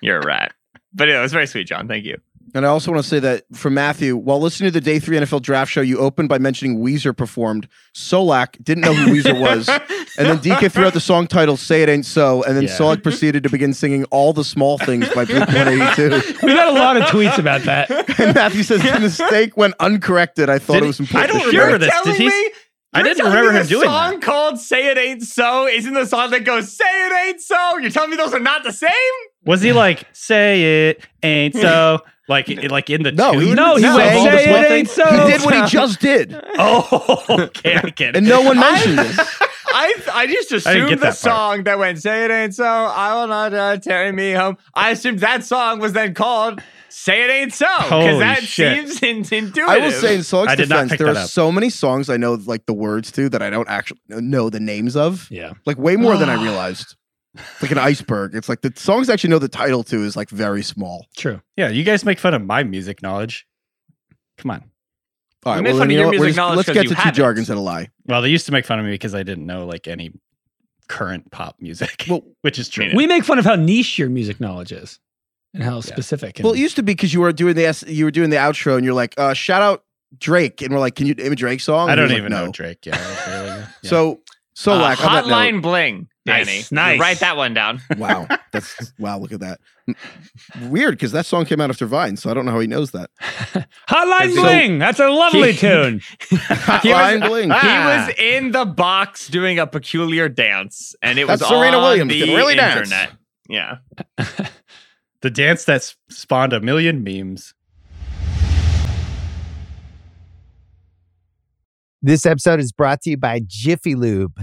you're a rat. But yeah, it was very sweet, John. Thank you.
And I also want to say that for Matthew, while listening to the day three NFL draft show, you opened by mentioning Weezer performed. Solak didn't know who Weezer was. And then DK threw out the song title, Say It Ain't So. And then
Yeah.
Solak proceeded to begin singing All the Small Things by Blink 182.
We've had a lot of tweets about that.
And Matthew says, The mistake went uncorrected. I thought
Did
it was
he-
important.
I don't
to share."
remember this. Did
telling
he-
me-
I
you're
didn't
telling
remember
me
him
the
doing
song
that.
called "Say It Ain't So." Isn't the song that goes "Say It Ain't So"? You're telling me those are not the same?
Was he like, say it ain't so? Like, i- like in the
No, he
tune?
No, he
Of
went,
all the
"Say it
small
ain't
things?"
so.
He did what he just did.
Oh, okay, I get it.
And no one mentioned this.
I I just
didn't
assumed
get
the
that part.
song that went "Say It Ain't So." I will not uh, carry me home. I assumed that song was then called "Say It Ain't So"
Holy
because that
shit.
seems in- intuitive.
I will say in Solak's
I did not
defense,
pick
there
that
are
up.
so many songs I know like the words to that I don't actually know the names of.
Yeah.
Like way more than I realized. Like an iceberg. It's like the songs I actually know the title to is like very small.
True.
Yeah, you guys make fun of my music knowledge. Come on.
All
We
right,
made
well, then,
fun of
you
your
know what, we're
music
just-
knowledge
let's
'cause
get
you
to two
haven't.
jargons and a lie.
Well, they used to make fun of me because I didn't know like any current pop music,
Well-
which is true.
We make fun of how niche your music knowledge is and how specific. and-
Well, it used to be because you were doing the S- you were doing the outro and you're like, uh, shout out Drake, and we're like, can you name a Drake song?
I
And
don't
he's like,
even know Drake. Yeah. I don't really know. Yeah.
So so
Uh,
lack on that note-
hotline bling.
Nice,
Danny.
nice.
Write that one down.
Wow, that's wow. Look at that. Weird because that song came out after Vine, so I don't know how he knows that.
Hotline
So-
Bling. That's a lovely
He-
tune.
Hotline Bling.
He
Ah.
was in the box doing a peculiar dance, and it
That's
was
Serena
on
Williams
the
can really dance.
internet. Yeah.
the dance that s- spawned a million memes.
This episode is brought to you by Jiffy Lube.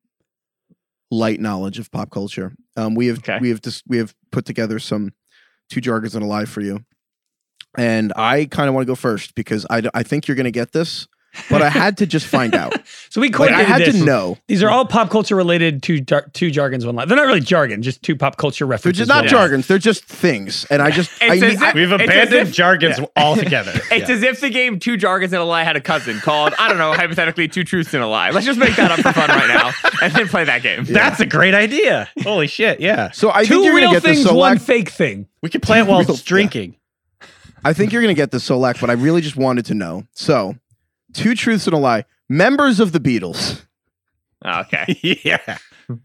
light knowledge of pop culture, um, we have
Okay.
we have just we have put together some two jargons and a lie for you. And I kind of want to go first because I, d- I think you're going to get this, but I had to just find out.
So we
like,
coordinated
I had
this.
to know.
These are all pop culture related to jar- two jargons one line. They're not really jargon, just two pop culture
They're
references.
just not
one line.
jargons. They're just things. And I just I,
It's
need-
as
I-
if-
We've
it's as
abandoned
if-
jargons altogether.
It's
Yeah.
as if the game Two Jargons and a Lie had a cousin called, I don't know, hypothetically, Two Truths and a Lie. Let's just make that up for fun right now and then play that game.
That's a great idea. Holy shit. Yeah.
so I think
Two
you're going
real
to get
things,
this
one
Solak.
fake thing.
We could play it while
Real-
it's drinking.
I think you're going to get this Solak, but I really just wanted to know. So, two truths and a lie. Members of the Beatles.
Oh, Okay.
yeah.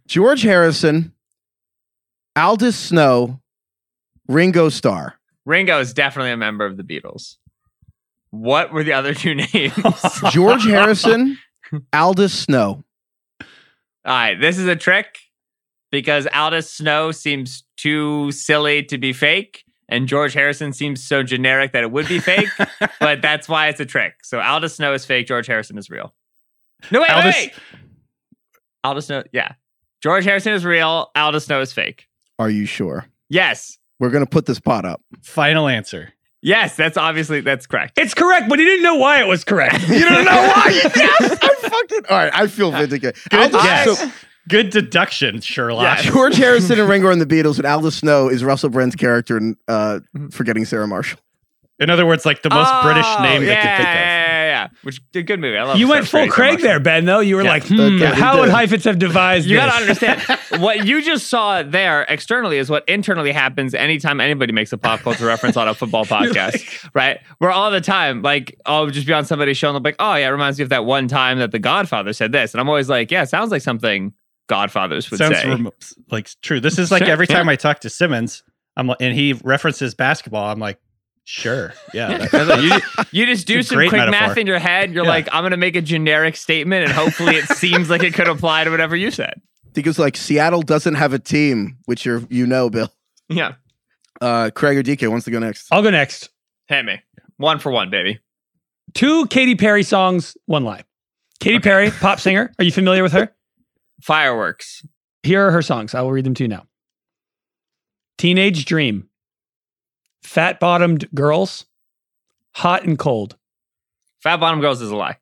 George Harrison, Aldous Snow, Ringo Starr.
Ringo is definitely a member of the Beatles. What were the other two names? All
George Harrison, Aldous Snow.
right. This is a trick because Aldous Snow seems too silly to be fake. And George Harrison seems so generic that it would be fake, but that's why it's a trick. So Aldous Snow is fake. George Harrison is real. No, wait,
Aldous-
wait, wait. Aldous Snow. Yeah. George Harrison is real. Aldous Snow is fake.
Are you sure?
Yes.
We're gonna put this pot up.
Final answer.
Yes. That's obviously, that's correct.
It's correct, but he didn't know why it was correct.
You don't know why? yes, I fucking. All right, I feel vindicated.
Good
Aldous-
guess.
so,
Good deduction, Sherlock.
Yeah.
George Harrison and Ringo are in the Beatles, and Aldous Snow is Russell Brand's character in uh, Forgetting Sarah Marshall.
In other words, like the most British
Oh,
name
yeah,
they could think of.
Yeah, yeah, yeah. Which a good movie. I love.
you
Star
went full
Trek so
Craig
much.
there, Ben. Though you were like, hmm,
Okay, he
how would
did.
Heifetz have devised?
You
this?
gotta understand what you just saw there externally is what internally happens anytime anybody makes a pop culture reference on a football
You're
podcast, right? Where all the time, like, I'll just be oh, on somebody's show and they'll be like, "Oh yeah, it reminds me of that one time that The Godfather said this," and I'm always like, "Yeah, it sounds like something Godfathers would
Sounds
say.
remo- like true. This is like
Sure,
every
yeah.
time I talk to Simmons, I'm like, and he references basketball. I'm like, sure, yeah, that-
you, you just do
It's a
some
great
quick
metaphor.
math in your head. You're
Yeah.
like, I'm going to make a generic statement, and hopefully, it seems like it could apply to whatever you said.
I think it was like Seattle doesn't have a team, which you're you know, Bill.
Yeah,
Uh, Craig or DK wants to go next.
I'll go next.
hit me one for one, baby.
Two Katy Perry songs, one lie. Katy Perry, pop singer. Are you familiar with her?
Fireworks.
Here are her songs. I will read them to you now. Teenage Dream, Fat Bottomed Girls, Hot and Cold.
Fat Bottom Girls is a lie.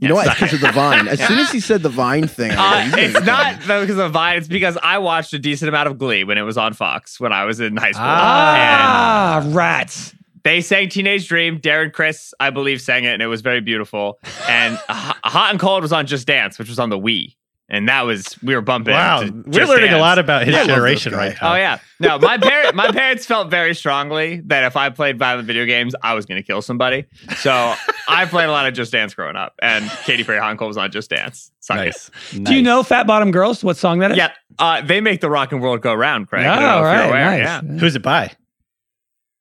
You know what?
Yes,
Because of the vine. As soon as he said the vine thing, I
Uh,
was like,
it's not though because of Vine. It's because I watched a decent amount of Glee when it was on Fox when I was in high school.
Ah, rats.
And they sang Teenage Dream. Darren Chris, I believe, sang it, and it was very beautiful. And H- Hot and Cold was on Just Dance, which was on the Wii, and that was we were bumping.
wow.
to
We're
Just
learning a
Dance.
lot about his
Yeah, I love this
generation
guy.
right now.
Oh yeah, no. My parent, my parents felt very strongly that if I played violent video games, I was going to kill somebody. So I played a lot of Just Dance growing up, and Katy Perry, Hot and Cold was on Just Dance. Suck it.
nice.
Do you know Fat Bottom Girls? What song that is?
Yeah, uh, they make the rock and world go round, Craig. I don't
Yeah,
know if
all
you're
right,
aware,
nice.
Who's it by?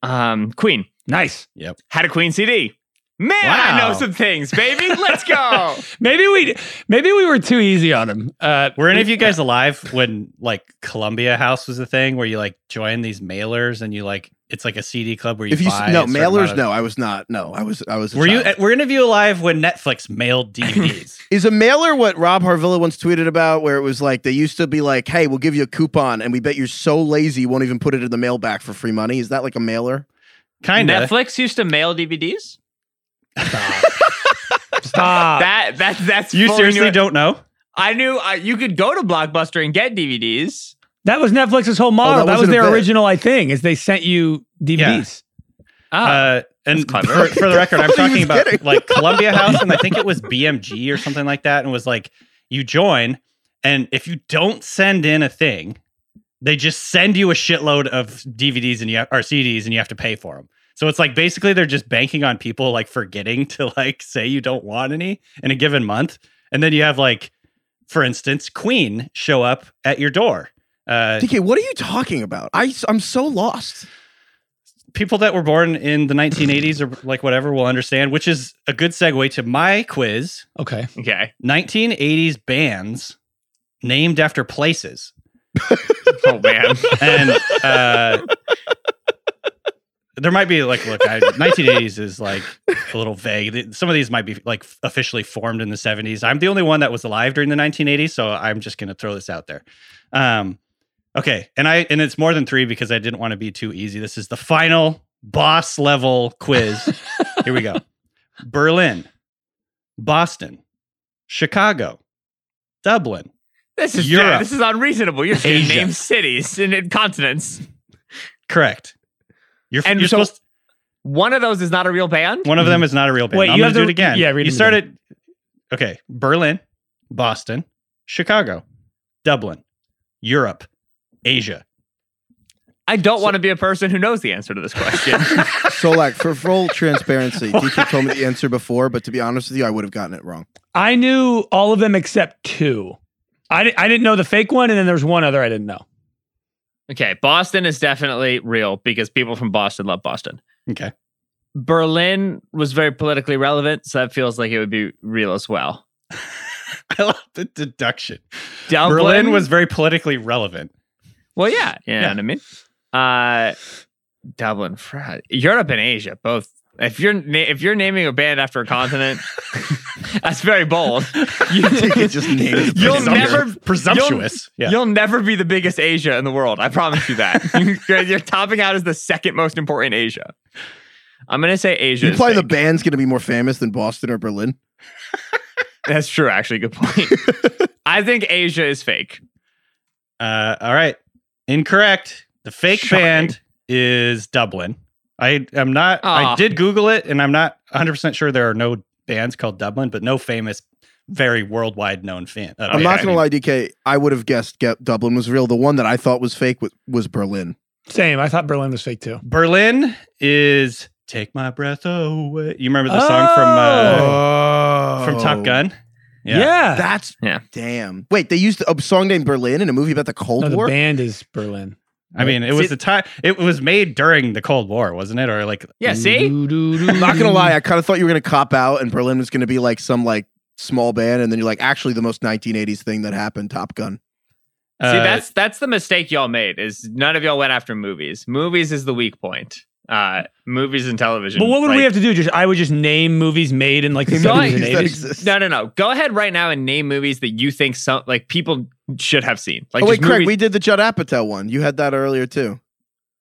Yeah. Um, Queen
Nice.
had a Queen CD. Man, I
Wow.
know some things, baby. Let's go.
Maybe we maybe we were too easy on him. Uh,
Were any of you guys alive when like Columbia House was a thing where you like join these mailers and you like it's like a CD club where you
if you
buy
s- no
a certain amount
mailers,
of-
no, I was not. No, I was. I was. A
Were you? eh,
child.
Were any of you alive when Netflix mailed DVDs?
Is a mailer what Rob Harvilla once tweeted about, where it was like they used to be like, "Hey, we'll give you a coupon, and we bet you're so lazy you won't even put it in the mail back for free money." Is that like a mailer?
kind of.
Netflix used to mail DVDs.
stop.
that that that's
You
fully
seriously
new.
don't know?
I knew uh, you could go to Blockbuster and get DVDs.
That was Netflix's whole model.
Oh, that
that,
was
was
an
their
event.
original, I think, is they sent you DVDs.
Uh,
Ah,
and
That's
for,
clever.
for the record, I'm
What are you
talking about
kidding?
like Columbia House, and I think it was BMG or something like that, and was like you join, and if you don't send in a thing, they just send you a shitload of DVDs and you have, or CDs, and you have to pay for them. So it's like basically they're just banking on people like forgetting to like say you don't want any in a given month, and then you have like, for instance, Queen show up at your door. Uh,
DK, what are you talking about? I am so lost.
people that were born in the 1980s or like whatever will understand, which is a good segue to my quiz
Okay.
Okay.
1980s bands named after places.
Oh man.
And uh, there might be like, look, I, 1980s is like a little vague. Th- Some of these might be like officially formed in the 70s. I'm the only one that was alive during the 1980s, so I'm just going to throw this out there. Um, okay, and I and it's more than three because I didn't want to be too easy. This is the final boss level quiz. Here we go. Berlin, Boston, Chicago, Dublin,
This is
Europe.
this is unreasonable. You're just gonna
Asia.
name cities and, and continents.
Correct. You're,
And
you're
so-
supposed.
One of those is not a real band.
One of them is not a real band.
Wait,
I'm
you
gonna
have
do
to-
it again.
yeah, read
you
it
started. Okay, Berlin, Boston, Chicago, Dublin, Europe, Asia.
I don't want to be a person who knows the answer to this question.
So like for full transparency, DK told me the answer before, but to be honest with you, I would have gotten it wrong.
I knew all of them except two. I, di- I didn't know the fake one, and then there was one other I didn't know.
okay, Boston is definitely real because people from Boston love Boston.
Okay.
Berlin was very politically relevant, so that feels like it would be real as well.
I love the deduction.
Dublin
Berlin was very politically relevant.
well, yeah, you know
Yeah.
what I mean. Uh, Dublin, Fr- Europe, and Asia both. If you're na- if you're naming a band after a continent, that's very bold. You-
DK just named. the
You'll
place.
never-
presumptuous. yeah.
You'll never be the biggest Asia in the world. I promise you that. You're- You're topping out as the second most important Asia. I'm gonna say Asia.
You
is
play the
fake.
band's going to be more famous than Boston or Berlin.
That's true. Actually, good point. I think Asia is fake.
Uh, all right. Incorrect. The fake
Shocking.
band is Dublin. I am not. I
Aw.
did Google it, and I'm not 100 percent sure there are no bands called Dublin, but no famous, very worldwide known fan. uh,
I'm
band.
not
I
going to
mean,
lie, DK. I would have guessed get Dublin was real. The one that I thought was fake was, was Berlin.
Same. I thought Berlin was fake too.
Berlin
Oh.
is "Take My Breath Away." You remember the song from uh, from uh, Top Gun?
Yeah.
That's
Oh. Yeah.
damn. Wait, they used a song named Berlin in a movie about the Cold
No, the
War.
band is Berlin.
I mean, it was the time. It was made during the Cold War, wasn't it? Or like,
Yeah,
Mm-hmm.
see?
I'm Mm. not gonna lie, I kind of thought you were gonna cop out, and Berlin was gonna be like some like small band, and then you're like, actually, the most 1980s thing that happened, Top Gun.
uh,
See, that's that's the mistake y'all made. Is none of y'all went after movies. Movies is the weak point. Uh, movies and television.
But what would
like-
we have to do? Just I would just name movies made in like the
Go
seventies and
Movies that
eighties.
exist.
No, no, no. Go ahead right now and name movies that you think some like people should have seen. Like,
oh wait,
just
Craig,
movies-
we did the Judd Apatow one. You had that earlier too.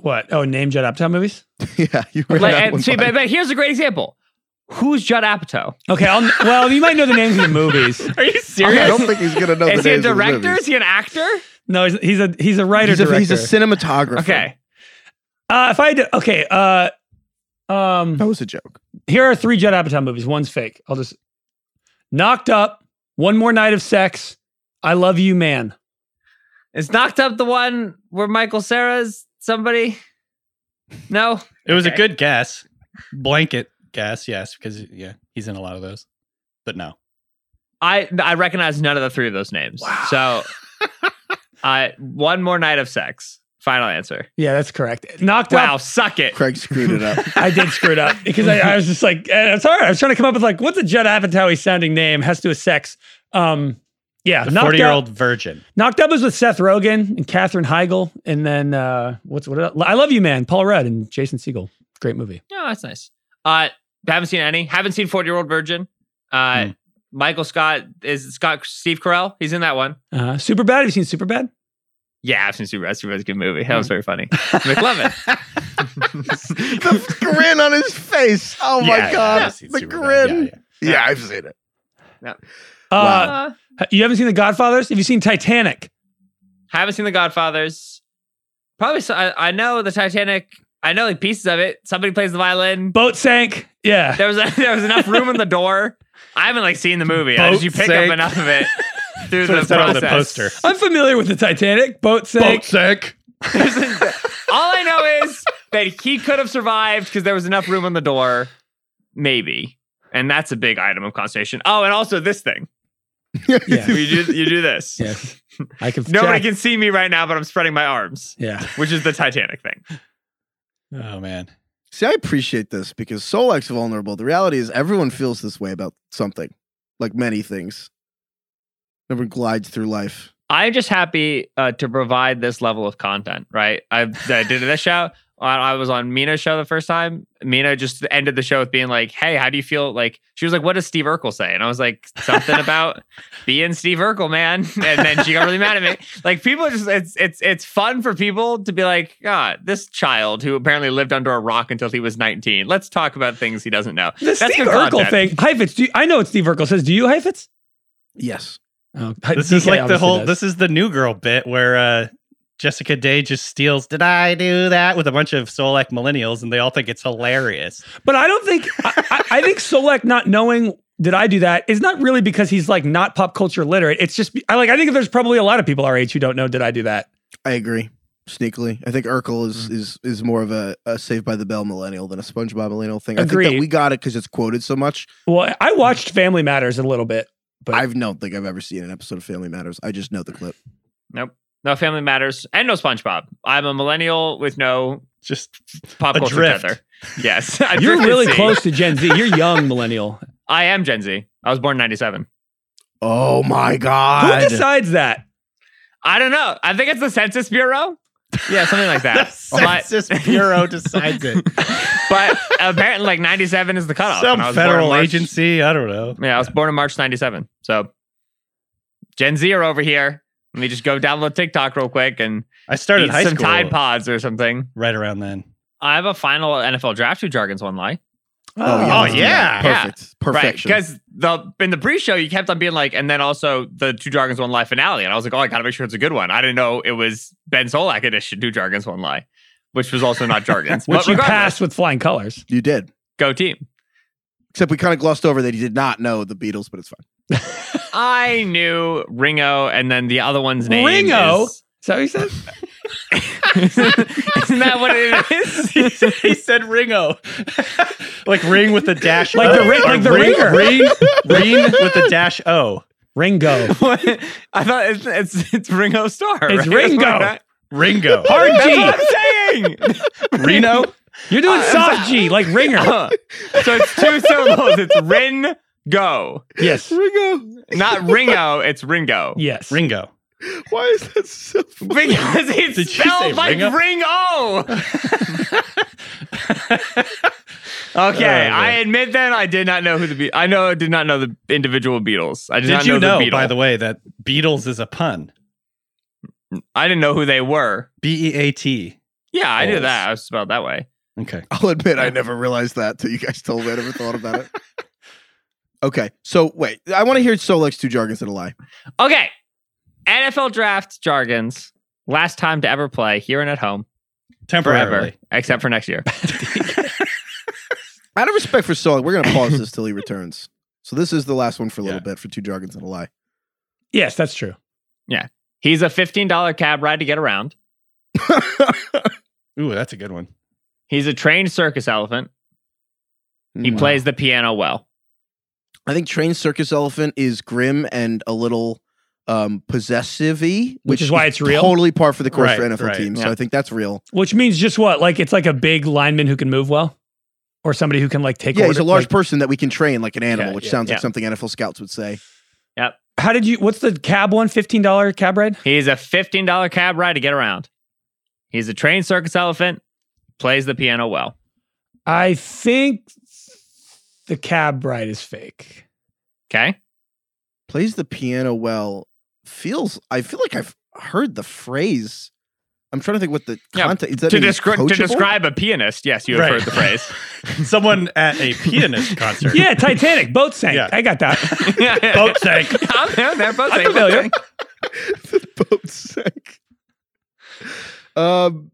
What? Oh, name Judd Apatow movies.
yeah, you were
like,
that
and
one
see,
behind.
but, but here's a great example. Who's Judd Apatow?
Okay, I'll, well, you might know the names of the movies.
Are you
I
serious?
don't think he's gonna know.
Is
the
he a
names of the
director?
movies.
Is he an actor?
No, he's, he's a he's a writer
He's a,
director.
he's a cinematographer.
Okay.
uh, if I did, okay, uh, um,
that was a joke.
here are three Judd Apatow movies. One's fake. I'll just knocked up. One more night of sex. I love you, man.
Is Knocked Up the one where Michael Sarah's somebody? No?
it was a
okay.
good guess, blanket guess. Yes, because yeah, he's in a lot of those. But no,
I I recognize none of the three of those names. So uh, one more night of sex. Final answer.
Yeah, that's correct. Knocked
Wow,
up.
suck it.
Craig screwed it up.
I did screw it up because I, I was just like, eh, it's hard. I was trying to come up with like, what's a Judd Apatow sounding name? Has to do with sex. Um, yeah,
the
knocked up-
forty-year-old virgin.
Knocked Up is with Seth Rogen and Katherine Heigl, and then uh, what's what? el- I Love You, Man, Paul Rudd and Jason Segel. Great movie.
No, that's nice. Uh, haven't seen any. Haven't seen Forty Year Old Virgin. Uh,
Hmm.
Michael Scott is Scott Steve Carell. He's in that one.
Uh, Super Bad. Have you seen Super Bad?
Yeah, I've seen Super Bad. Super Bad's a good movie. That was
Hmm.
very funny. McLovin.
the grin on his face. Oh my
Yeah, yeah,
god,
I've seen
the
Superbad.
grin.
Yeah,
Yeah, I've seen it.
Uh,
uh,
You haven't seen The Godfathers? Have you seen Titanic?
haven't seen The Godfathers. Probably. So, I, I know the Titanic. I know like pieces of it. Somebody plays the violin.
Boat sank. Yeah.
There was a, there was enough room in the door. I haven't like seen the movie. I just,
Boat
you pick
sank.
up enough of it through
That's what
the
it said on
process.
the poster.
I'm familiar with the Titanic. Boat sank.
sank.
All I know is that he could have survived because there was enough room on the door, maybe. And that's a big item of consternation. Oh, and also this thing.
Yeah.
You do, you do this.
yes. I can.
Nobody
check.
can see me right now, but I'm spreading my arms,
Yeah.
which is the Titanic thing.
Oh man,
See, I appreciate this because Solak's vulnerable. The reality is, everyone feels this way about something, like many things. Everyone glides through life.
I'm just happy uh, to provide this level of content, right? I, I did this show. I, I was on Mina's show the first time. Mina just ended the show with being like, "Hey, how do you feel?" Like she was like, "What does Steve Urkel say?" And I was like, "Something about being Steve Urkel, man." And then she got really mad at me. Like people just, it's it's it's fun for people to be like, "God, this child who apparently lived under a rock until he was 19. Let's talk about things he doesn't know."
The
That's
Steve
good
Urkel
content.
thing. Heifetz. Do you, I know what Steve Urkel says. Do you Heifetz?
Yes.
Oh,
this is like the whole. This is the new girl bit where uh, Jessica Day just steals. Did I do that with a bunch of Solak millennials, and they all think it's hilarious.
But I don't think I, I, I think Solak not knowing did I do that is not really because he's like not pop culture literate. It's just I like I think there's probably a lot of people our age who don't know did I do that.
I agree. Sneakily, I think Urkel is is is more of a, a Saved by the Bell millennial than a SpongeBob millennial thing. I think
Agreed.
that we got it because it's quoted so much.
Well, I watched Family Matters a little bit. But-
I don't think I've ever seen an episode of Family Matters. I just know the clip.
No Family Matters and no SpongeBob. I'm a millennial with no
Just
pop culture
Adrift.
tether. Yes, I
You're
drifted
really
Z.
close to Gen Z. You're young millennial.
I am Gen Z. I was born in '97.
Oh my
Who
god!
decides that?
I don't know. I think it's the Census Bureau. Yeah, something like that.
the Census Bureau decides it.
but apparently, like '97 is the cutoff. and I
Some
was born in
federal
March-
agency. I don't know.
Yeah, I was born in March '97. So Gen Z are over here. Let me just go download TikTok real quick and
I started
eat
high
some
school
Tide Pods or something.
right around then.
I have a final NFL draft. Two jargons, one lie.
Oh, yeah.
Oh, yeah.
Perfect. Perfection.
Right, because the in the pre-show you kept on being like, and then also the Two Jargons One Lie finale, and I was like, oh, I gotta make sure it's a good one. I didn't know it was Ben Solak edition Two Jargons One Lie, which was also not jargons.
Which
but
you
regardless,
passed with flying colors.
you did.
Go team.
Except we kind of glossed over that he did not know the Beatles, but it's fine.
I knew Ringo, and then the other one's name.
Ringo?
is-
Is that what you said?
Isn't that what it is?
he said he said Ringo. like ring with a dash
Like the
O.
ri-
Or
like the
ring,
ringer.
Ring, ring with a dash O.
Ringo.
What? I thought it's it's, it's Ringo Starr.
It's
right?
Ringo.
That's
Ringo.
Hard G.
what I'm saying.
Reno.
You're doing soft G, like ringer.
Uh, so it's two syllables. It's Rin Go.
Yes.
Not Ringo, it's Ringo.
Yes.
Ringo.
Why is that so funny?
Because
Did you
it's
say
spelled like
Ringo?
Ringo.
Oh,
Okay,
man.
I admit then I did not know who the Be- I know did not know the individual Beatles. I did,
Did
not
you know,
the Beatles.
by the way, that Beatles is a pun?
I didn't know who they were.
B E A T.
Yeah, I knew
Beatles.
that. I was spelled that way.
Okay.
I'll admit I never realized that till you guys told me. I never thought about it. Okay, so wait, I want to hear Solex two jargons and a lie.
Okay. NFL draft jargons. Last time to ever play here and at home forever,
Temporarily.
except for next year.
Out of respect for Solex, we're gonna pause this till he returns. So this is the last one for a little
Yeah.
bit for two jargons and a lie.
Yes, that's true.
He's a $15 cab ride to get around.
Ooh, that's a good one.
He's a trained circus elephant. He plays the piano well.
I think Train Circus Elephant is grim and a little um possessive y,
Which is why it's real.
Totally par for the course for
Right,
NFL
right,
teams. So
yeah.
I think that's real.
Which means just what? Like it's like a big lineman who can move well, or somebody who can like take.
yeah,
order,
he's a large
like-
person that we can train like an animal,
Yeah,
which
yeah,
sounds
yeah.
like something NFL scouts would say.
How did you? What's the cab one? Fifteen dollar cab ride.
He's a $15 cab ride to get around. He's a trained circus elephant, plays the piano well.
I think the cab ride is fake.
Okay.
Plays the piano well. Feels I feel like I've heard the phrase. I'm trying to think what the
Yeah,
context is that
To,
in
descri- to
coachable?
describe a pianist, yes, you have heard
Right.
the phrase.
Someone at a pianist concert.
Yeah, Titanic boat sank.
Yeah.
I got that.
Boat sank.
I'm there, they're both
I'm
saying-
familiar.
Boat sank. Um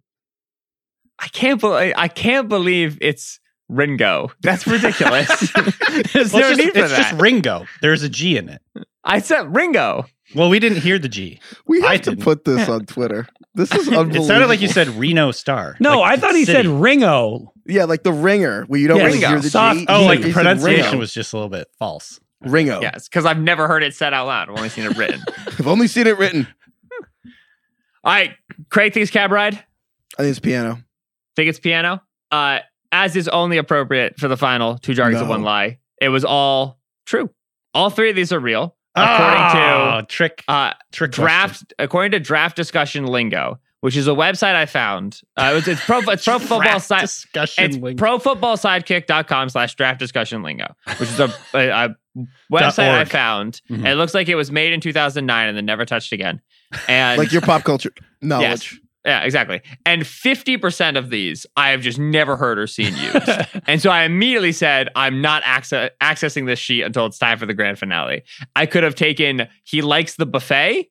I can't believe I can't believe it's Ringo. That's ridiculous. There's
Well,
no
it's just,
need for
it's just
that.
Ringo. There's a G in it.
I said Ringo.
Well, we didn't hear the G.
we have
I
to
didn't.
put this on Twitter. This is unbelievable.
It sounded like you said Reno Star.
No,
Like
I thought
the
he said
city.
Ringo.
Yeah, like the ringer where you don't
Yeah,
really
Ringo.
hear the
Soft-
G.
Oh,
You
like
hear
the
the
pronunciation
Ringo.
was just a little bit false.
Ringo.
Yes, because I've never heard it said out loud. I've only seen it written.
I've only seen it written.
All right, Craig thinks cab ride.
I think it's piano.
Think it's piano. Uh, as is only appropriate for the final two jargons of
No.
one lie. It was all true. All three of these are real.
Ah, trick,
to uh,
trick
draft according to draft discussion lingo which is a website i found uh, it was, it's pro it's pro
question.
football
Draft
site
discussion
it's
link.
pro football sidekick.com slash draft discussion lingo which is a, a, a website i
org.
found
Mhm.
it looks like it was made in 2009 and then never touched again and
Like your pop culture knowledge.
yeah exactly and 50% of these i have just never heard or seen used and so i immediately said i'm not acce- accessing this sheet until it's time for the grand finale i could have taken he likes the buffet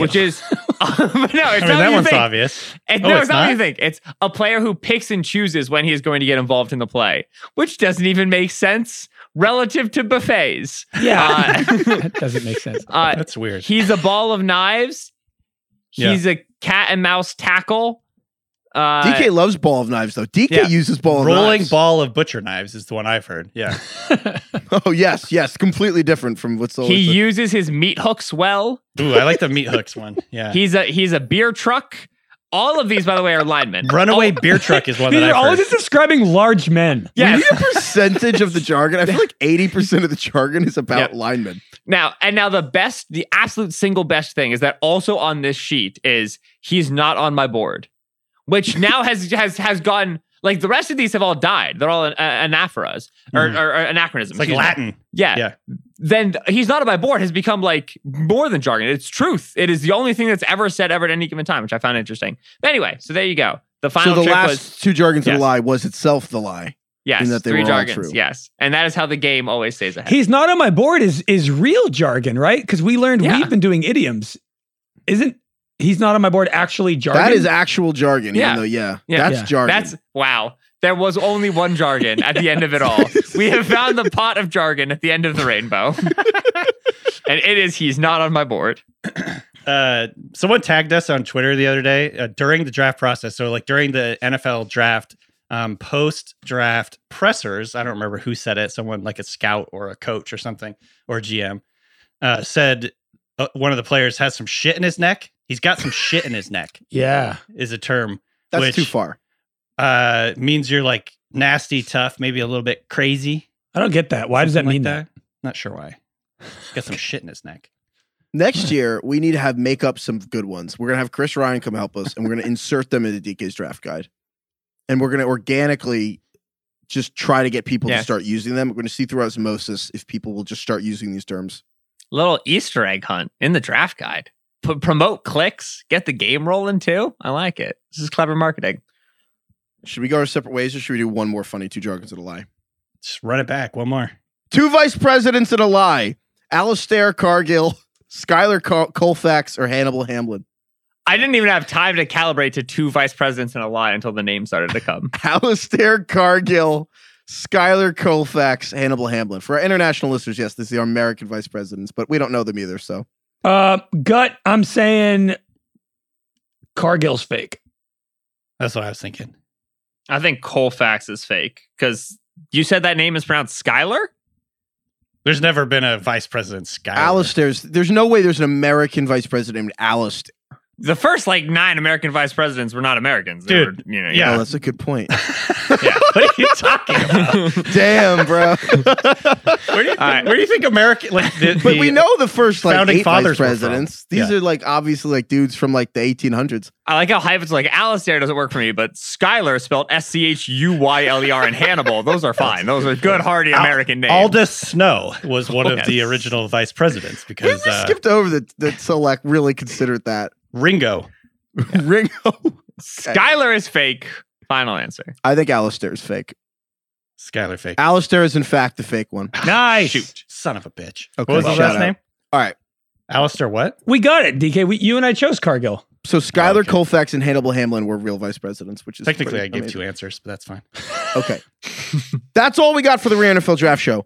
which is um, no, it's
I mean,
not
that
what you
one's
think.
obvious.
It-
Oh,
no, it's,
it's
not, what
not?
you think. It's a player who picks and chooses when he is going to get involved in the play, which doesn't even make sense relative to buffets.
yeah,
Uh,
that doesn't make sense.
uh,
That's weird.
he's a ball of knives.
Yeah.
He's a cat and mouse tackle. Uh,
DK loves ball of knives though. DK
yeah.
uses ball of
Rolling
knives.
ball of butcher knives is the one I've heard. Yeah.
Oh yes, yes, completely different from what's always
he
the-
uses his meat hooks well.
Ooh, I like the meat hooks one. Yeah.
He's a he's a beer truck. All of these, by the way, are linemen.
Runaway beer truck is one
These
that
are
I've
all
heard.
just describing large men.
Yes.
We need a percentage of the jargon. I feel like eighty percent of the jargon is about
Yeah.
linemen.
Now, and now the best, the absolute single best thing is that also on this sheet is he's not on my board, which now has has has gone like the rest of these have all died. They're all an, uh, anaphoras or,
Mhm.
or, or anachronisms.
It's like
excuse me.
Latin.
Yeah.
Yeah.
Then th- he's not on my board has become like more than jargon. It's truth. It is the only thing that's ever said ever at any given time, which I found interesting. But anyway, so there you go. The final
so the
trick
last
was
two jargons of
Yes.
the lie was itself the lie.
yes,
in that they
three
were all
jargons.
true.
Yes, and that is how the game always stays ahead.
He's not on my board is is real jargon, right? Because we learned
Yeah.
we've been doing idioms. Isn't he's not on my board actually jargon?
That is actual jargon.
Yeah.
Even though, yeah,
Yeah.
that's
Yeah.
jargon.
That's wow. There was only one jargon at the end of it all. We have found the pot of jargon at the end of the rainbow. and it is he's not on my board.
uh, someone tagged us on Twitter the other day uh, during the draft process. So, like during the NFL draft, um, post draft pressers, I don't remember who said it, someone like a scout or a coach or something, or GM, uh, said uh, one of the players has some shit in his neck. He's got some shit in his neck,
Yeah.
is a term
That's
Which-
too far.
uh means you're like nasty, tough, maybe a little bit crazy.
I don't get that. Why does that
something like
mean that?
Not sure why. Got some shit in his neck.
Next year, we need to have make up some good ones. We're gonna have Chris Ryan come help us, and we're gonna insert them into DK's draft guide, and we're gonna organically just try to get people
Yeah.
to start using them. We're gonna see through osmosis if people will just start using these terms.
Little Easter egg hunt in the draft guide. P- promote clicks. Get the game rolling too. I like it. This is clever marketing.
Should we go our separate ways, or should we do one more funny two jargons and a lie?
Just run it back one more.
Two vice presidents and a lie: Alistair Cargill, Skylar Col- Colfax, or Hannibal Hamlin.
I didn't even have time to calibrate to two vice presidents and a lie until the name started to come.
Alistair Cargill, Skylar Colfax, Hannibal Hamlin. For our international listeners, yes, this is our American vice presidents, but we don't know them either. So
Uh, gut, I'm saying Cargill's fake.
That's what I was thinking.
I think Colfax is fake because you said that name is pronounced Skylar.
There's never been a vice president Skyler.
Alistair's, there's no way there's an American vice president named Alistair.
The first like nine American vice presidents were not Americans. They
Dude,
were, you know,
Yeah.
Oh, that's a good point.
yeah. What are you talking about?
Damn, bro.
Where do you,
All right.
where do you think American like the,
But
the-
we know the first like
founding
eight vice
fathers were from.
presidents. These are like obviously like dudes from like the 1800s.
I like how hype it's like Alistair doesn't work for me, but Skylar spelled S C H U Y L E R and Hannibal. Those are fine. Those are good, hearty
Al-
American names.
Aldous Snow was one of the
Yes.
original vice presidents
Yeah,
because
we
uh,
skipped over that. That Select really considered that.
Ringo.
Ringo.
Skylar is fake. Final answer.
I think Alistair is fake.
Skyler fake.
Alistair is in fact the fake one.
Nice.
Shoot. Son of a bitch.
Ah, Okay,
what was
well,
his last
shout out.
name?
All right.
Alistair what?
We got it, DK. We, you and I chose Cargill.
So Skylar
okay.
Colfax and Hannibal Hamlin were real vice presidents, which is
Technically
pretty
I gave
amazing.
two answers, but that's fine.
Okay. That's all we got for the Rear NFL Draft Show.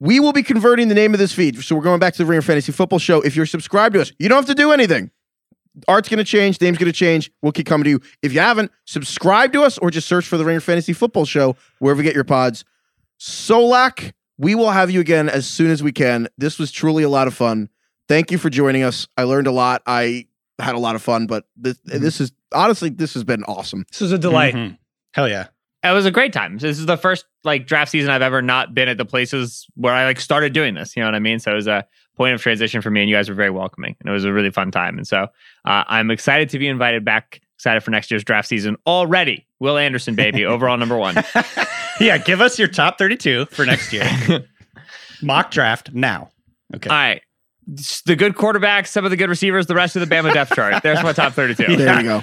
We will be converting the name of this feed. So we're going back to the Rear Fantasy Football Show. If you're subscribed to us, you don't have to do anything. Art's going to change, name's going to change. We'll keep coming to you. If you haven't, subscribe to us or just search for the Ringer Fantasy Football Show wherever you get your pods. Solak, we will have you again as soon as we can. This was truly a lot of fun. Thank you for joining us. I learned a lot. I had a lot of fun, but this, this is honestly, this has been awesome.
This was a delight.
Mhm. Hell yeah.
It was a great time. This is the first like draft season I've ever not been at the places where I like started doing this. You know what I mean? So it was a point of transition for me, and you guys were very welcoming, and it was a really fun time. And so uh, I'm excited to be invited back. Excited for next year's draft season already. Will Anderson, baby, overall number one.
yeah, give us your top 32 for next year. Mock draft now. Okay.
All right. S- The good quarterbacks, some of the good receivers, the rest of the Bama depth chart. There's my top 32.
There you go.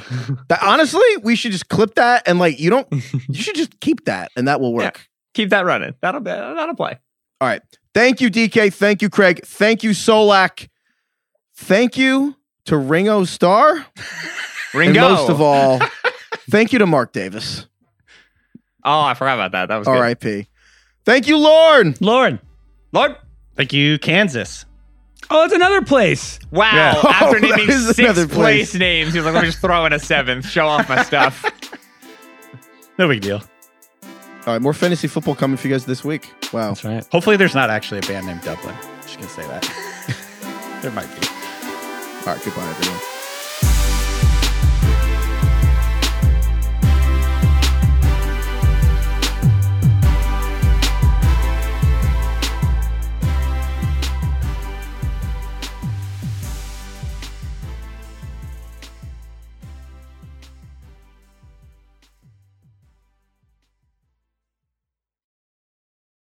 That, honestly, we should just clip that and like you don't. You should just keep that, and that will work.
Keep that running. That'll be, that'll play.
Thank you, DK. Thank you, Craig. Thank you, Solak. Thank you to Ringo Starr, and
Ringo.
most of all, thank you to Mark Davis,
Oh, I forgot about that. That was good.
R.I.P. Thank you, Lorne.
Lord.
Lord.
Thank you, Kansas.
Oh, it's another place.
Wow.
Yeah.
Oh,
After
that
naming
is
six
another
place.
place.
names, he was like, let me just throw in a seventh, show off my stuff.
No big deal.
All right, more fantasy football coming for you guys this week. Wow.
That's right.
Hopefully, there's not actually a band named Dublin. Just gonna say that. there might be.
All right, goodbye, everyone.